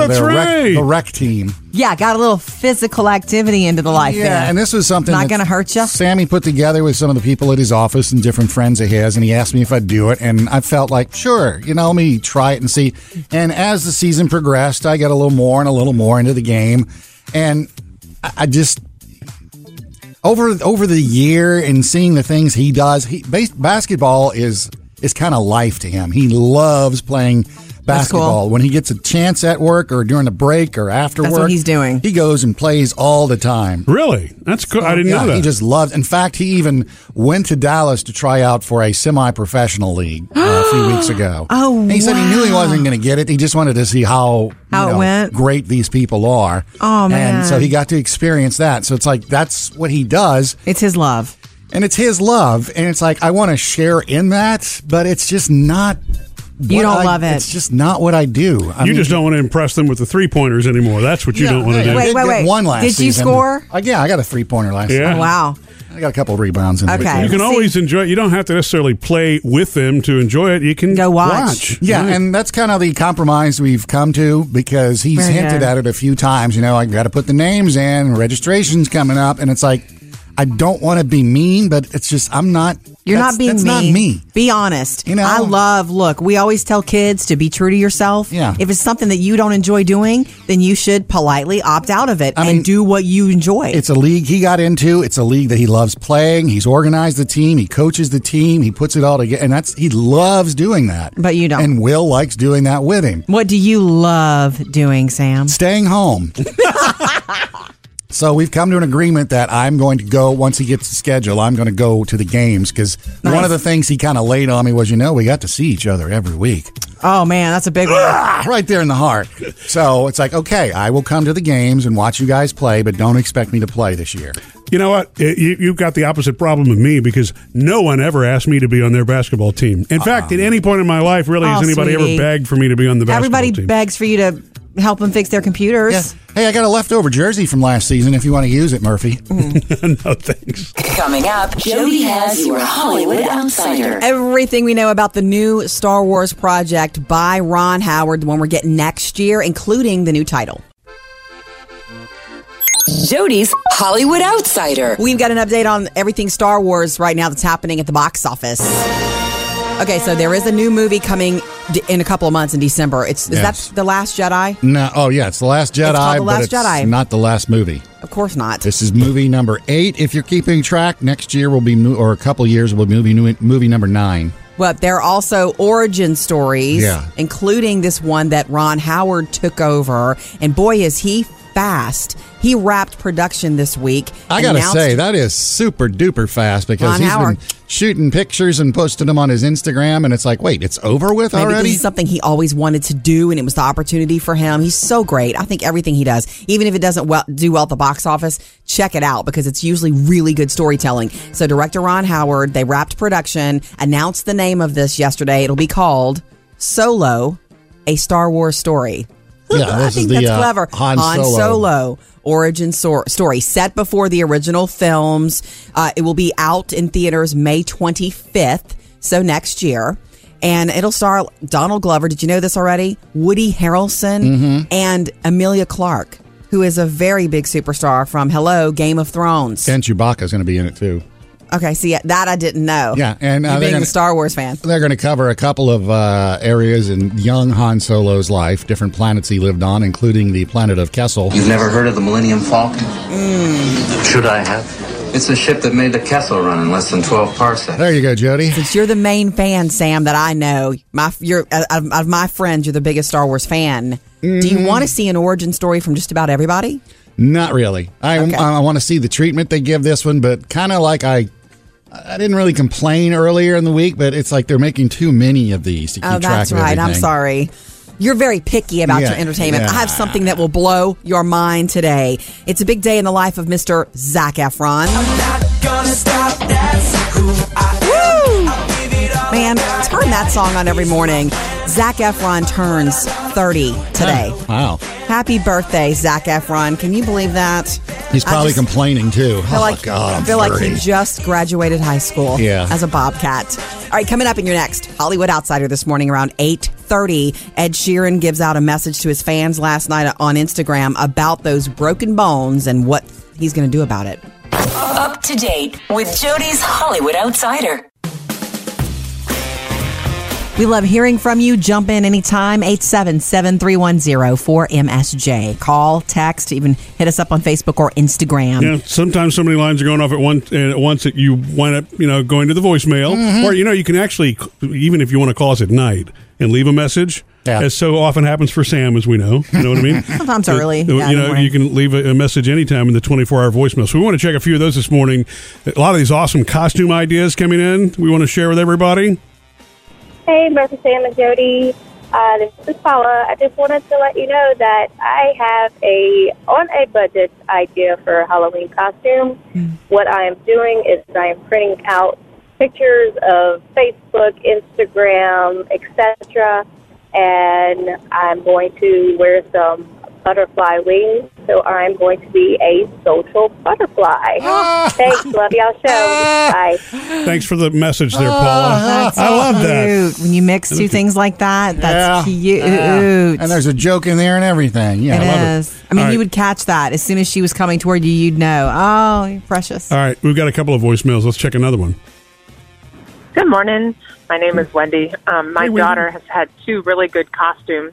Speaker 2: Yeah,
Speaker 1: that's
Speaker 3: the
Speaker 1: right.
Speaker 3: Rec, the rec team.
Speaker 2: Yeah, got a little physical activity into the life there.
Speaker 3: Yeah, and this was something
Speaker 2: Not
Speaker 3: that
Speaker 2: gonna hurt ya?
Speaker 3: Sammy put together with some of the people at his office and different friends of his, and he asked me if I'd do it, and I felt like, sure, you know, let me try it and see. And as the season progressed, I got a little more and a little more into the game, and I I just over over the year and seeing the things he does, he base, basketball is is kind of life to him. He loves playing basketball. When he gets a chance at work or during a break or after
Speaker 2: That's
Speaker 3: work,
Speaker 2: what he's doing.
Speaker 3: He goes and plays all the time. Oh,
Speaker 1: Really? That's cool. I didn't
Speaker 3: Yeah,
Speaker 1: know that.
Speaker 3: he just loves. In fact, he even went to Dallas to try out for a semi-professional league uh, a few weeks ago.
Speaker 2: Oh,
Speaker 3: And he said he knew he wasn't going to get it. He just wanted to see how
Speaker 2: How it
Speaker 3: you know,
Speaker 2: went?
Speaker 3: great these people are.
Speaker 2: Oh, man.
Speaker 3: And so he got to experience that. So it's like that's what he does,
Speaker 2: It's his love.
Speaker 3: and it's his love. And it's like I want to share in that, but it's just not.
Speaker 2: You
Speaker 3: what
Speaker 2: don't
Speaker 3: I-
Speaker 2: love it.
Speaker 3: It's just not what I do. I
Speaker 1: you
Speaker 3: mean,
Speaker 1: just don't want to impress them with the three pointers anymore. That's what you
Speaker 3: yeah,
Speaker 1: don't want to
Speaker 3: I
Speaker 1: do.
Speaker 2: Wait,
Speaker 3: did
Speaker 2: wait,
Speaker 3: get
Speaker 2: wait.
Speaker 3: One last
Speaker 2: Did you
Speaker 3: season.
Speaker 2: score?
Speaker 3: I, yeah, I got a three-pointer last.
Speaker 1: Yeah.
Speaker 3: night.
Speaker 2: Oh, wow.
Speaker 3: I got a couple rebounds in there.
Speaker 2: Okay.
Speaker 1: You can
Speaker 2: See-
Speaker 1: always enjoy. You don't have to necessarily play with them to enjoy it. You can
Speaker 2: Go watch.
Speaker 3: Yeah,
Speaker 1: Right.
Speaker 3: and that's kind of the compromise we've come to because he's
Speaker 2: Very
Speaker 3: hinted
Speaker 2: good.
Speaker 3: at it a few times. You know, I got to put the names in, registration's coming up, and it's like, I don't want to be mean, but it's just I'm not.
Speaker 2: You're
Speaker 3: that's-
Speaker 2: not being
Speaker 3: that's
Speaker 2: mean.
Speaker 3: not me.
Speaker 2: Be honest.
Speaker 3: You know?
Speaker 2: I love. Look, we always tell kids to be true to yourself.
Speaker 3: Yeah.
Speaker 2: If it's something that you don't enjoy doing, then you should politely opt out of it and do what you enjoy.
Speaker 3: It's a league he got into. It's a league that he loves playing. He's organized the team. He coaches the team. He puts it all together, and that's he loves doing that.
Speaker 2: But you don't.
Speaker 3: And Will likes doing that with him.
Speaker 2: What do you love doing, Sam?
Speaker 3: Staying home. so we've come to an agreement that I'm going to go once he gets the schedule. I'm going to go to the games because one
Speaker 2: Nice.
Speaker 3: of the things he kind of laid on me was, you know, we got to see each other every week.
Speaker 2: Oh man, that's a big one.
Speaker 3: Ah, right there in the heart. So it's like, okay, I will come to the games and watch you guys play, but don't expect me to play this year.
Speaker 1: You know what? Eh, You, you've got the opposite problem with me because no one ever asked me to be on their basketball team.
Speaker 3: Uh,
Speaker 1: In fact, at any point in my life, really, has
Speaker 2: Oh,
Speaker 1: anybody
Speaker 2: sweetie.
Speaker 1: ever begged for me to be on the basketball
Speaker 2: Everybody
Speaker 1: team?
Speaker 2: begs for you to help them fix their computers.
Speaker 3: Yeah. Hey, I got a leftover jersey from last season if you want to use it, Murphy.
Speaker 1: no thanks.
Speaker 4: Coming up, Jody has your Hollywood Outsider.
Speaker 2: Everything we know about the new Star Wars project by Ron Howard, the one we're getting next year, including the new title.
Speaker 4: Jody's Hollywood Outsider.
Speaker 2: We've got an update on everything Star Wars right now that's happening at the box office. Okay, so there is a new movie coming d- in a couple of months in December. It's is
Speaker 3: Yes.
Speaker 2: that the Last Jedi?
Speaker 3: No, oh yeah, it's the Last Jedi,
Speaker 2: called The
Speaker 3: but
Speaker 2: Last
Speaker 3: it's
Speaker 2: Jedi.
Speaker 3: not the last movie.
Speaker 2: Of course not.
Speaker 3: This is movie number eight. If you're keeping track, next year will be mo- or a couple years will be movie movie number nine.
Speaker 2: But there are also origin stories,
Speaker 3: Yeah.
Speaker 2: including this one that Ron Howard took over. And boy, is he fast. He wrapped production this week.
Speaker 3: I gotta
Speaker 2: announced-
Speaker 3: say that is super duper fast because
Speaker 2: Ron
Speaker 3: he's
Speaker 2: Howard.
Speaker 3: been shooting pictures and posting them on his Instagram, and it's like, wait, it's over with
Speaker 2: Maybe
Speaker 3: already.
Speaker 2: This is something he always wanted to do, and it was the opportunity for him. He's so great. I think everything he does, even if it doesn't well, do well at the box office, check it out because it's usually really good storytelling. So, director Ron Howard, they wrapped production, announced the name of this yesterday. It'll be called Solo, a Star Wars story.
Speaker 3: Yeah,
Speaker 2: I
Speaker 3: this is
Speaker 2: think
Speaker 3: the,
Speaker 2: that's
Speaker 3: uh,
Speaker 2: clever.
Speaker 3: Han Solo.
Speaker 2: origin sor- story set before the original films. Uh, it will be out in theaters May 25th, so next year. And it'll star Donald Glover. Did you know this already? Woody Harrelson
Speaker 3: Mm-hmm.
Speaker 2: and Amelia Clark, who is a very big superstar from Hello, Game of Thrones.
Speaker 3: and Chewbacca's going to be in it too.
Speaker 2: Okay, see, that I didn't know.
Speaker 3: Yeah, and, uh,
Speaker 2: You
Speaker 3: they're
Speaker 2: being
Speaker 3: gonna-
Speaker 2: a Star Wars fan.
Speaker 3: They're going to cover a couple of uh, areas in young Han Solo's life, different planets he lived on, including the planet of Kessel.
Speaker 11: You've never heard of the Millennium Falcon? Should I have? Mm. It's a ship that made the Kessel run in less than 12 parsecs.
Speaker 3: There you go, Jody.
Speaker 2: Since you're the main fan, Sam, that I know, my you're out of, out of my friends, you're the biggest Star Wars fan. Do
Speaker 3: Mm-hmm.
Speaker 2: you want to see an origin story from just about everybody?
Speaker 3: Not really. I I, want to see the treatment they give this one, but kind of like I. I didn't really complain earlier in the week, but it's like they're making too many of these to keep
Speaker 2: oh,
Speaker 3: track
Speaker 2: that's
Speaker 3: of
Speaker 2: right. I'm
Speaker 3: everything.
Speaker 2: sorry. You're very picky about
Speaker 3: Yeah,
Speaker 2: your entertainment.
Speaker 3: yeah.
Speaker 2: I have something that will blow your mind today. It's a big day in the life of Mr. Zach Efron.
Speaker 7: Gonna stop, that's who I am.
Speaker 2: Man, turn that song on every morning. Zach Efron turns 30 today.
Speaker 3: Wow,
Speaker 2: Happy birthday, Zach Efron. Can you believe that?
Speaker 3: he's
Speaker 2: I
Speaker 3: probably
Speaker 2: just-
Speaker 3: complaining too.
Speaker 2: feel
Speaker 3: oh
Speaker 2: like
Speaker 3: God, I'm
Speaker 2: I feel like
Speaker 3: 30.
Speaker 2: he just graduated high school.
Speaker 3: Yeah.
Speaker 2: as a Bobcat. All right, coming up in your next Hollywood Outsider this morning around eight thirty. Ed Sheeran gives out a message to his fans last night on Instagram about those broken bones and what he's going to do about it.
Speaker 4: Up to date with Jody's Hollywood Outsider.
Speaker 2: We love hearing from you. Jump in anytime. 877-310-4MSJ. Call, text, even hit us up on Facebook or Instagram.
Speaker 1: Yeah, sometimes so many lines are going off at one at once that you wind up, you know, going to the voicemail, or you know, you can actually even if you want to call us at night and leave a message.
Speaker 3: Yeah.
Speaker 1: As so often happens for Sam, as we know, you know what I mean.
Speaker 2: Sometimes
Speaker 1: That-
Speaker 2: early,
Speaker 1: that,
Speaker 2: yeah, in
Speaker 1: you
Speaker 2: the
Speaker 1: know,
Speaker 2: morning.
Speaker 1: you can leave a, a message anytime in the twenty-four hour voicemail. So we want to check a few of those this morning. A lot of these awesome costume ideas coming in. We want to share with everybody.
Speaker 9: Hey, Murphy Sam and Jody. Uh, this is Paula. I just wanted to let you know that I have a on a budget idea for a Halloween costume.
Speaker 12: Mm.
Speaker 9: What I am doing is I am printing out pictures of Facebook, Instagram, etc., and I'm going to wear some butterfly wings, so I'm going to be a social butterfly. Thanks, love y'all show. Bye.
Speaker 1: Thanks for the message there, Paula.
Speaker 2: Oh, That's
Speaker 1: I love that.
Speaker 2: cute. When you mix two things like that, that's cute.
Speaker 3: And there's a joke in there and everything. Yeah,
Speaker 2: It
Speaker 3: I love it.
Speaker 2: is. I mean,
Speaker 1: All right.
Speaker 2: you would catch that as soon as she was coming toward you. You'd know. Oh, you're precious.
Speaker 1: All right, we've got a couple of voicemails. Let's check another one.
Speaker 13: Good morning. My name is Wendy. Um, my
Speaker 1: Hey, Wendy.
Speaker 13: daughter has had two really good costumes.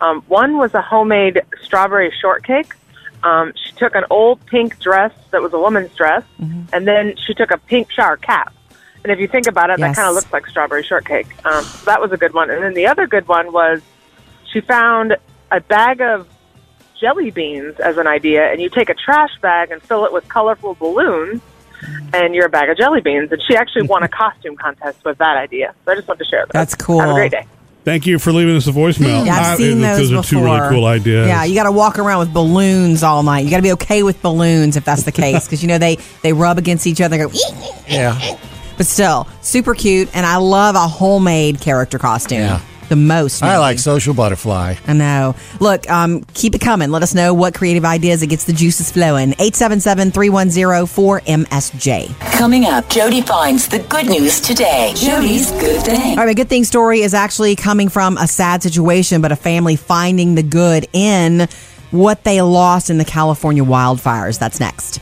Speaker 13: Um, one was a homemade strawberry shortcake. Um, she took an old pink dress that was a woman's dress,
Speaker 1: Mm-hmm.
Speaker 13: and then she took a pink shower cap. And if you think about it,
Speaker 12: Yes.
Speaker 13: that kind of looks like strawberry shortcake. Um, so that was a good one. And then the other good one was she found a bag of jelly beans as an idea, and you take a trash bag and fill it with colorful balloons, and you're a bag of jelly beans. And she actually won a costume contest with that idea. So I just wanted to share that.
Speaker 2: That's cool.
Speaker 13: Have a great day.
Speaker 1: Thank you for leaving us a voicemail.
Speaker 2: Yeah, I've
Speaker 1: I-
Speaker 2: seen those,
Speaker 1: Those are two
Speaker 2: before.
Speaker 1: really cool ideas.
Speaker 2: Yeah, you got to walk around with balloons all night. You got to be okay with balloons if that's the case, because you know they they rub against each other. And go, "Eek."
Speaker 3: Yeah.
Speaker 2: but still, super cute, and I love a homemade character costume the most.
Speaker 3: I
Speaker 2: maybe.
Speaker 3: like social butterfly.
Speaker 2: I know. Look, um, keep it coming. Let us know what creative ideas it gets the juices flowing. 877-310-4MSJ.
Speaker 4: Coming up, Jody finds the good news today. Jody's good
Speaker 2: All
Speaker 4: thing.
Speaker 2: right, my good thing story is actually coming from a sad situation, but a family finding the good in what they lost in the California wildfires. That's next.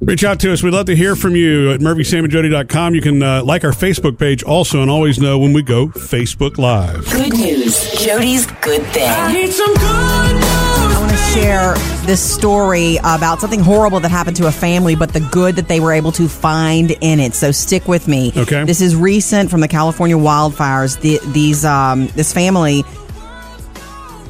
Speaker 1: Reach out to us. We'd love to hear from you at murphysamandjody.com. You can uh, like our Facebook page also and always know when we go Facebook Live.
Speaker 4: Good news. Jody's good thing. I need some
Speaker 2: I want to share this story about something horrible that happened to a family, but the good that they were able to find in it. So stick with me.
Speaker 14: Okay.
Speaker 2: This is recent from the California wildfires. The, these um, this family.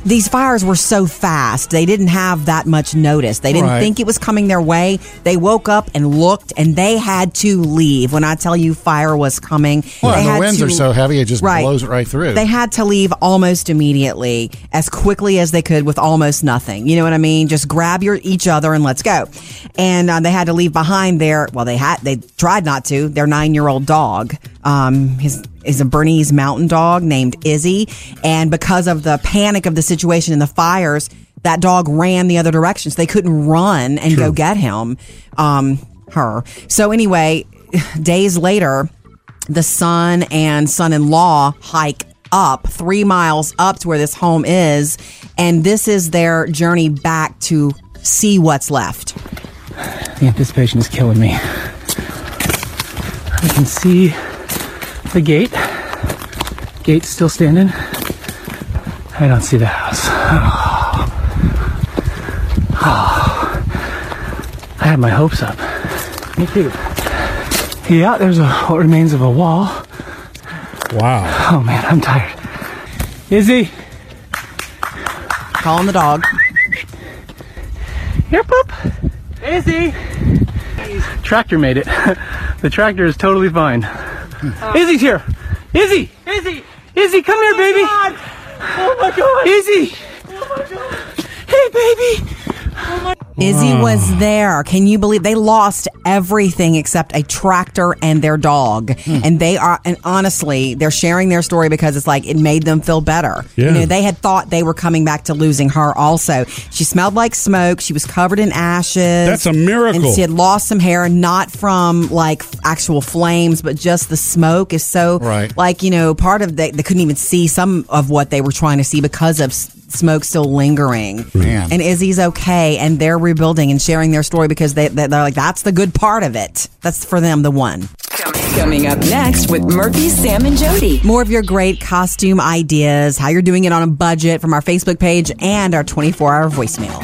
Speaker 2: These fires were so fast. They didn't have that much notice. They didn't
Speaker 14: Right.
Speaker 2: think it was coming their way. They woke up and looked and they had to leave. When I tell you fire was coming,
Speaker 3: Well,
Speaker 2: they
Speaker 3: and the
Speaker 2: had
Speaker 3: winds
Speaker 2: to-
Speaker 3: are so heavy, it just
Speaker 2: Right.
Speaker 3: blows it right through.
Speaker 2: they had to leave almost immediately, as quickly as they could, with almost nothing. You know what I mean? Just grab your each other and let's go. And uh, they had to leave behind their well, they had they tried not to their nine year old dog. Um, his is a Bernese Mountain Dog named Izzy, and because of the panic of the situation and the fires, that dog ran the other direction, so they couldn't run and go get him, um, her. So anyway, days later the son and son in law hike up three miles up to where this home is. And this is their journey back to see what's left.
Speaker 5: The anticipation is killing me. I can see the gate. Gate's still standing. I don't see the house. I had my hopes up. Me too. Yeah, there's a, what remains of a wall. Wow. Oh man, I'm tired. Izzy,
Speaker 2: Calling the dog.
Speaker 5: Here, poop. Izzy. Tractor made it. the tractor is totally fine. Izzy's here. Izzy. Oh. Izzy. Izzy, come here, baby. Oh my god. Oh Izzy. Hey, baby.
Speaker 2: Izzy
Speaker 1: Hmm.
Speaker 5: Wow.
Speaker 2: was there. Can you believe they lost everything except a tractor and their dog?
Speaker 1: Hmm.
Speaker 2: And they are, and honestly, they're sharing their story because it's like it made them feel better.
Speaker 14: Yeah.
Speaker 2: You know, they had thought they were coming back to losing her also. She smelled like smoke. She was covered in ashes.
Speaker 1: That's a miracle.
Speaker 2: And she had lost some hair, not from like actual flames, but just the smoke is so,
Speaker 3: Right.
Speaker 2: like, you know, part of they, they couldn't even see some of what they were trying to see because of s- smoke still lingering.
Speaker 3: Man.
Speaker 2: And Izzy's okay, and they're rebuilding and sharing their story because they, they- they're like, that's the good part of it. That's for them, the one.
Speaker 4: Coming up next with Murphy, Sam, and Jody.
Speaker 2: More of your great costume ideas, how you're doing it on a budget from our Facebook page and our 24 hour voicemail.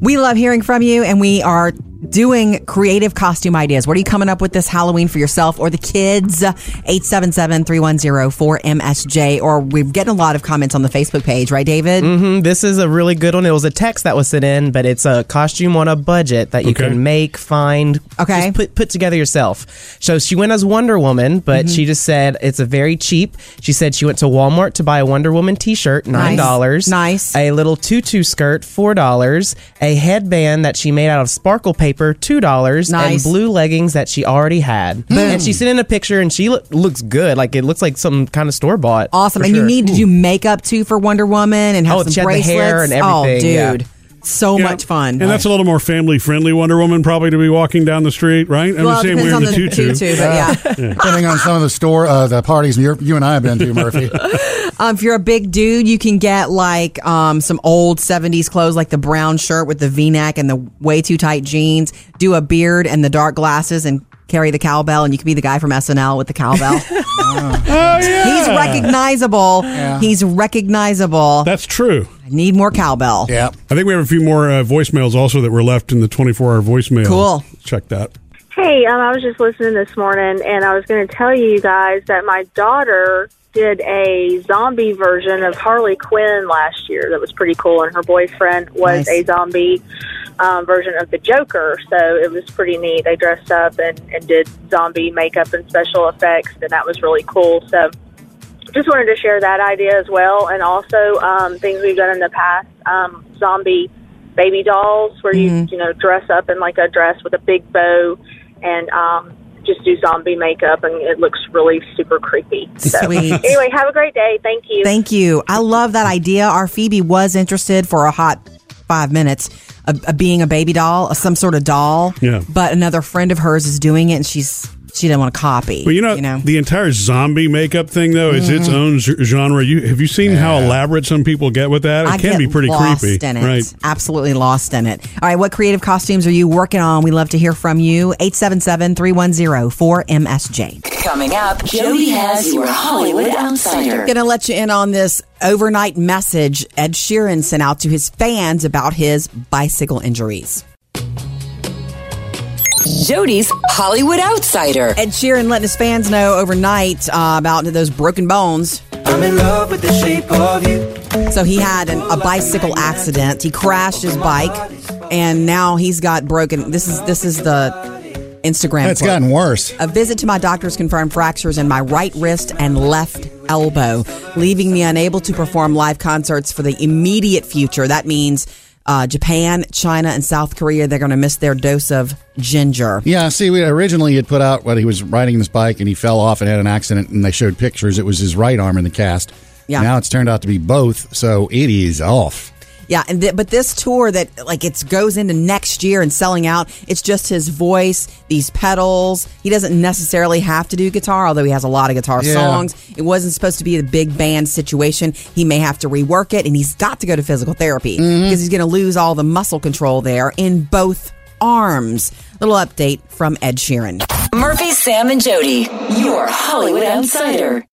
Speaker 2: We love hearing from you, and we are doing creative costume ideas. What are you coming up with this Halloween for yourself or the kids? 877 310 4MSJ, or we're getting a lot of comments on the Facebook page, right, David?
Speaker 6: hmm This is a really good one. It was a text that was sent in, but it's a costume on a budget that you
Speaker 2: Okay.
Speaker 6: can make, find, okay, just put put together yourself. So she went as Wonder Woman,
Speaker 2: Mm-hmm.
Speaker 6: but she just said it's a very cheap. She said she went to Walmart to buy a Wonder Woman T-shirt,
Speaker 2: Nice.
Speaker 6: nine dollars. Nice. A little tutu skirt, four dollars. A headband that she made out of sparkle paper paper, two dollars,
Speaker 2: Nice.
Speaker 6: and blue leggings that she already had. And she sent in a picture, and she loo- looks good. Like it looks like some kind of store bought.
Speaker 2: Awesome. And you need to do makeup too for Wonder Woman and have
Speaker 6: Oh,
Speaker 2: some
Speaker 6: she had the
Speaker 2: bracelets.
Speaker 6: hair and everything, yeah.
Speaker 2: Oh, dude. So
Speaker 1: You know,
Speaker 2: much fun.
Speaker 1: And that's a little more family friendly Wonder Woman probably to be walking down the street, right? I'm
Speaker 2: Well,
Speaker 1: just saying
Speaker 2: depends
Speaker 1: we're in
Speaker 2: on
Speaker 1: the
Speaker 2: the
Speaker 1: tutu.
Speaker 2: tutu, but yeah.
Speaker 3: Depending on some of the store, uh, the parties you you and I have been to, Murphy.
Speaker 2: Um, if you're a big dude, you can get like um, some old 70s clothes, like the brown shirt with the v neck and the way too tight jeans, do a beard and the dark glasses, and carry the cowbell. And you can be the guy from SNL with the cowbell.
Speaker 6: Oh,
Speaker 2: He's recognizable.
Speaker 1: Yeah.
Speaker 2: He's recognizable.
Speaker 1: That's true.
Speaker 2: I need more cowbell.
Speaker 3: Yeah.
Speaker 1: I think we have a few more uh, voicemails also that were left in the 24 hour voicemail.
Speaker 2: Cool.
Speaker 1: Check that.
Speaker 12: Hey, um, I was just listening this morning, and I was going to tell you guys that my daughter did a zombie version of Harley Quinn last year. That was pretty cool, and her boyfriend was
Speaker 14: Nice.
Speaker 12: a zombie um, version of the Joker. So it was pretty neat. They dressed up and, and did zombie makeup and special effects, and that was really cool. So just wanted to share that idea as well, and also um, things we've done in the past. Um, zombie baby dolls, where you
Speaker 15: Mhm.
Speaker 12: you know dress up in like a dress with a big bow, and um, just do zombie makeup, and it looks really super creepy. So
Speaker 2: Sweet.
Speaker 12: anyway, have a great day. Thank you.
Speaker 2: Thank you. I love that idea. Our Phoebe was interested for a hot five minutes of, of being a baby doll, of some sort of doll.
Speaker 1: Yeah.
Speaker 2: But another friend of hers is doing it, and she's she didn't want to copy.
Speaker 1: But you know, the entire zombie makeup thing though is its
Speaker 2: Mhm.
Speaker 1: own z- genre. You have you seen how elaborate some people get with that? It
Speaker 2: I
Speaker 1: can
Speaker 2: get
Speaker 1: be pretty
Speaker 2: lost
Speaker 1: creepy,
Speaker 2: in it.
Speaker 1: right?
Speaker 2: Absolutely lost in it. All right, what creative costumes are you working on? We love to hear from you. 877-310-4MSJ.
Speaker 4: Coming up, Jody has your Hollywood Outsider.
Speaker 2: Gonna let you in on this overnight message Ed Sheeran sent out to his fans about his bicycle injuries.
Speaker 4: Jody's Hollywood Outsider.
Speaker 2: Ed Sheeran letting his fans know overnight uh, about those broken bones.
Speaker 7: I'm in love with the shape of you.
Speaker 2: So he had an, a bicycle accident. He crashed his bike, and now he's got broken. This is this is the Instagram.
Speaker 3: It's
Speaker 2: quote.
Speaker 3: gotten worse.
Speaker 2: A visit to my doctors confirmed fractures in my right wrist and left elbow, leaving me unable to perform live concerts for the immediate future. That means uh, Japan, China, and South Korea. They're going to miss their dose of ginger.
Speaker 3: Yeah, see, we originally had put out what he was riding this bike and he fell off and had an accident, and they showed pictures. It was his right arm in the cast.
Speaker 2: Yeah.
Speaker 3: Now it's turned out to be both, so it is off.
Speaker 2: Yeah, and th- but this tour that like it goes into next year and selling out. It's just his voice, these pedals. He doesn't necessarily have to do guitar, although he has a lot of guitar
Speaker 16: Yeah.
Speaker 2: songs. It wasn't supposed to be the big band situation. He may have to rework it, and he's got to go to physical therapy because
Speaker 1: Mm-hmm.
Speaker 2: he's going to lose all the muscle control there in both arms. Little update from Ed Sheeran.
Speaker 4: Murphy, Sam, and Jody, your Hollywood Outsider.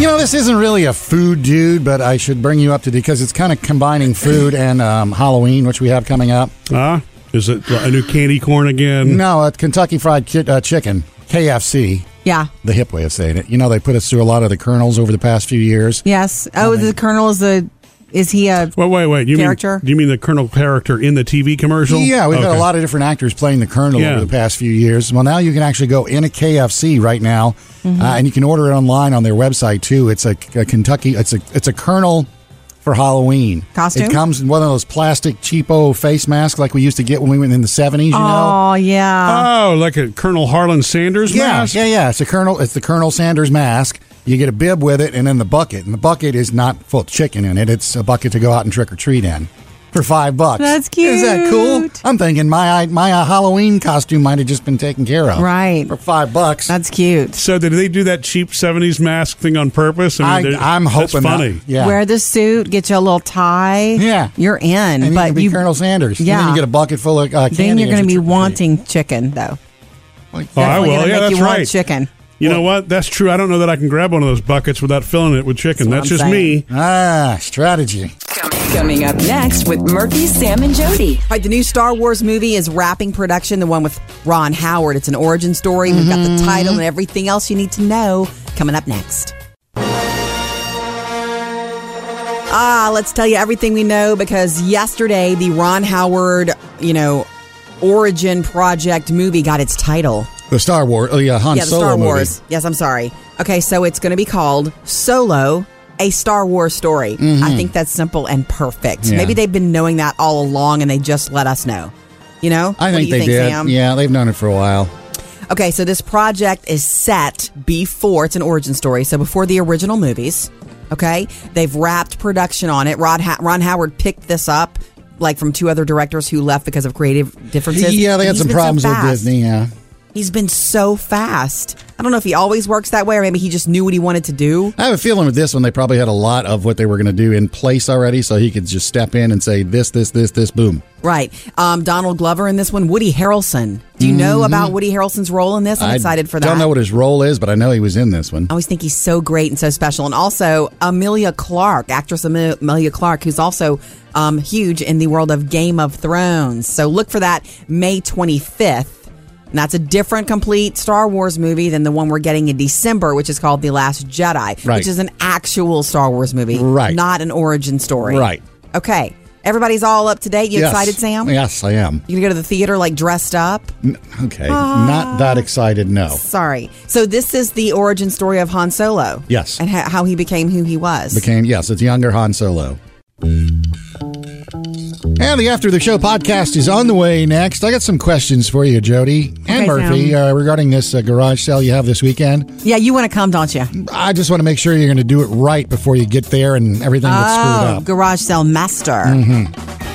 Speaker 3: You know, this isn't really a food dude, but I should bring you up to date because it's kind of combining food and um, Halloween, which we have coming up.
Speaker 1: Ah, is it a new candy corn again?
Speaker 3: No, at Kentucky Fried Chi- uh, Chicken, KFC.
Speaker 2: Yeah.
Speaker 3: The hip way of saying it. You know, they put us through a lot of the kernels over the past few years.
Speaker 2: Yes. Oh, the Colonel is a is he a
Speaker 1: Well, wait, wait. You
Speaker 2: Character?
Speaker 1: mean do you mean the Colonel character in the TV commercial?
Speaker 3: Yeah, we've got
Speaker 1: Okay.
Speaker 3: a lot of different actors playing the Colonel
Speaker 1: Yeah.
Speaker 3: over the past few years. Well, now you can actually go in a KFC right now,
Speaker 2: Mm-hmm.
Speaker 1: Mhm.
Speaker 3: uh, and you can order it online on their website too. It's a, a Kentucky. It's a it's a Colonel for Halloween
Speaker 2: Costume?
Speaker 3: It comes in one of those plastic cheapo face masks like we used to get when we went in the seventies. You know.
Speaker 2: Oh yeah.
Speaker 1: Oh, like a Colonel Harlan Sanders
Speaker 3: yeah,
Speaker 1: mask?
Speaker 3: yeah, yeah. It's a Colonel. It's the Colonel Sanders mask. You get a bib with it, and then the bucket. And the bucket is not full of chicken in it. It's a bucket to go out and trick or treat in for five bucks.
Speaker 2: That's
Speaker 3: Is that cool? I'm thinking my my uh, Halloween costume might have just been taken care of.
Speaker 2: Right.
Speaker 3: For five bucks.
Speaker 2: That's cute.
Speaker 1: So did they do that cheap '70s mask thing on purpose?
Speaker 3: I-
Speaker 1: there's-
Speaker 3: I'm
Speaker 1: that's
Speaker 3: hoping not.
Speaker 1: funny.
Speaker 2: Wear the suit, get you a little tie.
Speaker 3: Yeah.
Speaker 2: You're in.
Speaker 3: And you
Speaker 2: but
Speaker 3: can be
Speaker 2: you,
Speaker 3: Colonel Sanders. And
Speaker 2: Yeah.
Speaker 3: then you get a bucket full of uh, candy.
Speaker 2: then you're
Speaker 3: as
Speaker 2: going to
Speaker 3: a
Speaker 2: be
Speaker 3: trick or treat.
Speaker 2: wanting chicken, though.
Speaker 1: Oh, I
Speaker 2: Definitely
Speaker 1: will.
Speaker 2: gonna
Speaker 1: Yeah,
Speaker 2: make
Speaker 1: that's
Speaker 2: you want
Speaker 1: right.
Speaker 2: chicken.
Speaker 1: You know what? That's true. I don't know that I can grab one of those buckets without filling it with chicken.
Speaker 4: That's
Speaker 1: That's,
Speaker 4: what
Speaker 1: just
Speaker 4: I'm
Speaker 1: me.
Speaker 3: Ah, strategy.
Speaker 4: Coming up next with Murphy, Sam, and Jody.
Speaker 2: All right, the new Star Wars movie is wrapping production, the one with Ron Howard. It's an origin story. We've got the title and everything else you need to know coming up next. Ah, let's tell you everything we know because yesterday the Ron Howard, you know, origin project movie got its title.
Speaker 3: The Star Wars. Oh, yeah, Han
Speaker 2: yeah, the
Speaker 3: Solo
Speaker 2: Star
Speaker 3: movie.
Speaker 2: Wars. Yes, I'm sorry. Okay, so it's going to be called Solo: a Star Wars story. I think that's simple and perfect.
Speaker 3: Mm-hmm. Yeah.
Speaker 2: Maybe they've been knowing that all along and they just let us know. You know?
Speaker 3: I
Speaker 2: What do
Speaker 3: think
Speaker 2: you
Speaker 3: they did.
Speaker 2: Sam?
Speaker 3: Yeah, they've known it for a while.
Speaker 2: Okay, so this project is set before it's an origin story, so before the original movies. Okay, they've wrapped production on it. Rod ha- Ron Howard picked this up, like from two other directors who left because of creative differences.
Speaker 3: yeah, they
Speaker 2: And
Speaker 3: had
Speaker 2: he's
Speaker 3: some
Speaker 2: been so
Speaker 3: problems with
Speaker 2: fast.
Speaker 3: Disney. Yeah.
Speaker 2: He's been so fast. I don't know if he always works that way, or maybe he just knew what he wanted to do.
Speaker 3: I have a feeling with this one, they probably had a lot of what they were going to do in place already, so he could just step in and say this, this, this, this, boom.
Speaker 2: Right. Um, Donald Glover in this one. Woody Harrelson. Do you know
Speaker 3: Mhm.
Speaker 2: about Woody Harrelson's role in this? I'm
Speaker 3: I
Speaker 2: excited for that.
Speaker 3: Don't know what his role is, but I know he was in this one.
Speaker 2: I always think he's so great and so special. And also Amelia Clark, actress Amelia- Amelia Clark, who's also um, huge in the world of Game of Thrones. So look for that May 25th. And that's a different complete Star Wars movie than the one we're getting in December, which is called The Last Jedi,
Speaker 3: Right.
Speaker 2: which is an actual Star Wars movie,
Speaker 3: Right.
Speaker 2: not an origin story.
Speaker 3: Right.
Speaker 2: Okay. Everybody's all up to date. You
Speaker 3: Yes.
Speaker 2: excited, Sam?
Speaker 3: Yes, I am.
Speaker 2: You gonna go to the theater like dressed up?
Speaker 3: N- Okay,
Speaker 2: Ah.
Speaker 3: not that excited. No.
Speaker 2: Sorry. So this is the origin story of Han Solo.
Speaker 3: Yes.
Speaker 2: And ho- how he became who he was.
Speaker 3: Became yes, it's younger Han Solo. And the After the Show podcast is on the way next. I got some questions for you, Jody and
Speaker 2: Okay,
Speaker 3: Murphy, uh, regarding this uh, garage sale you have this weekend.
Speaker 2: Yeah, you want to come, don't you?
Speaker 3: I just want to make sure you're going to do it right before you get there and everything gets
Speaker 2: oh,
Speaker 3: screwed up.
Speaker 2: garage sale master.
Speaker 3: Mm-hmm.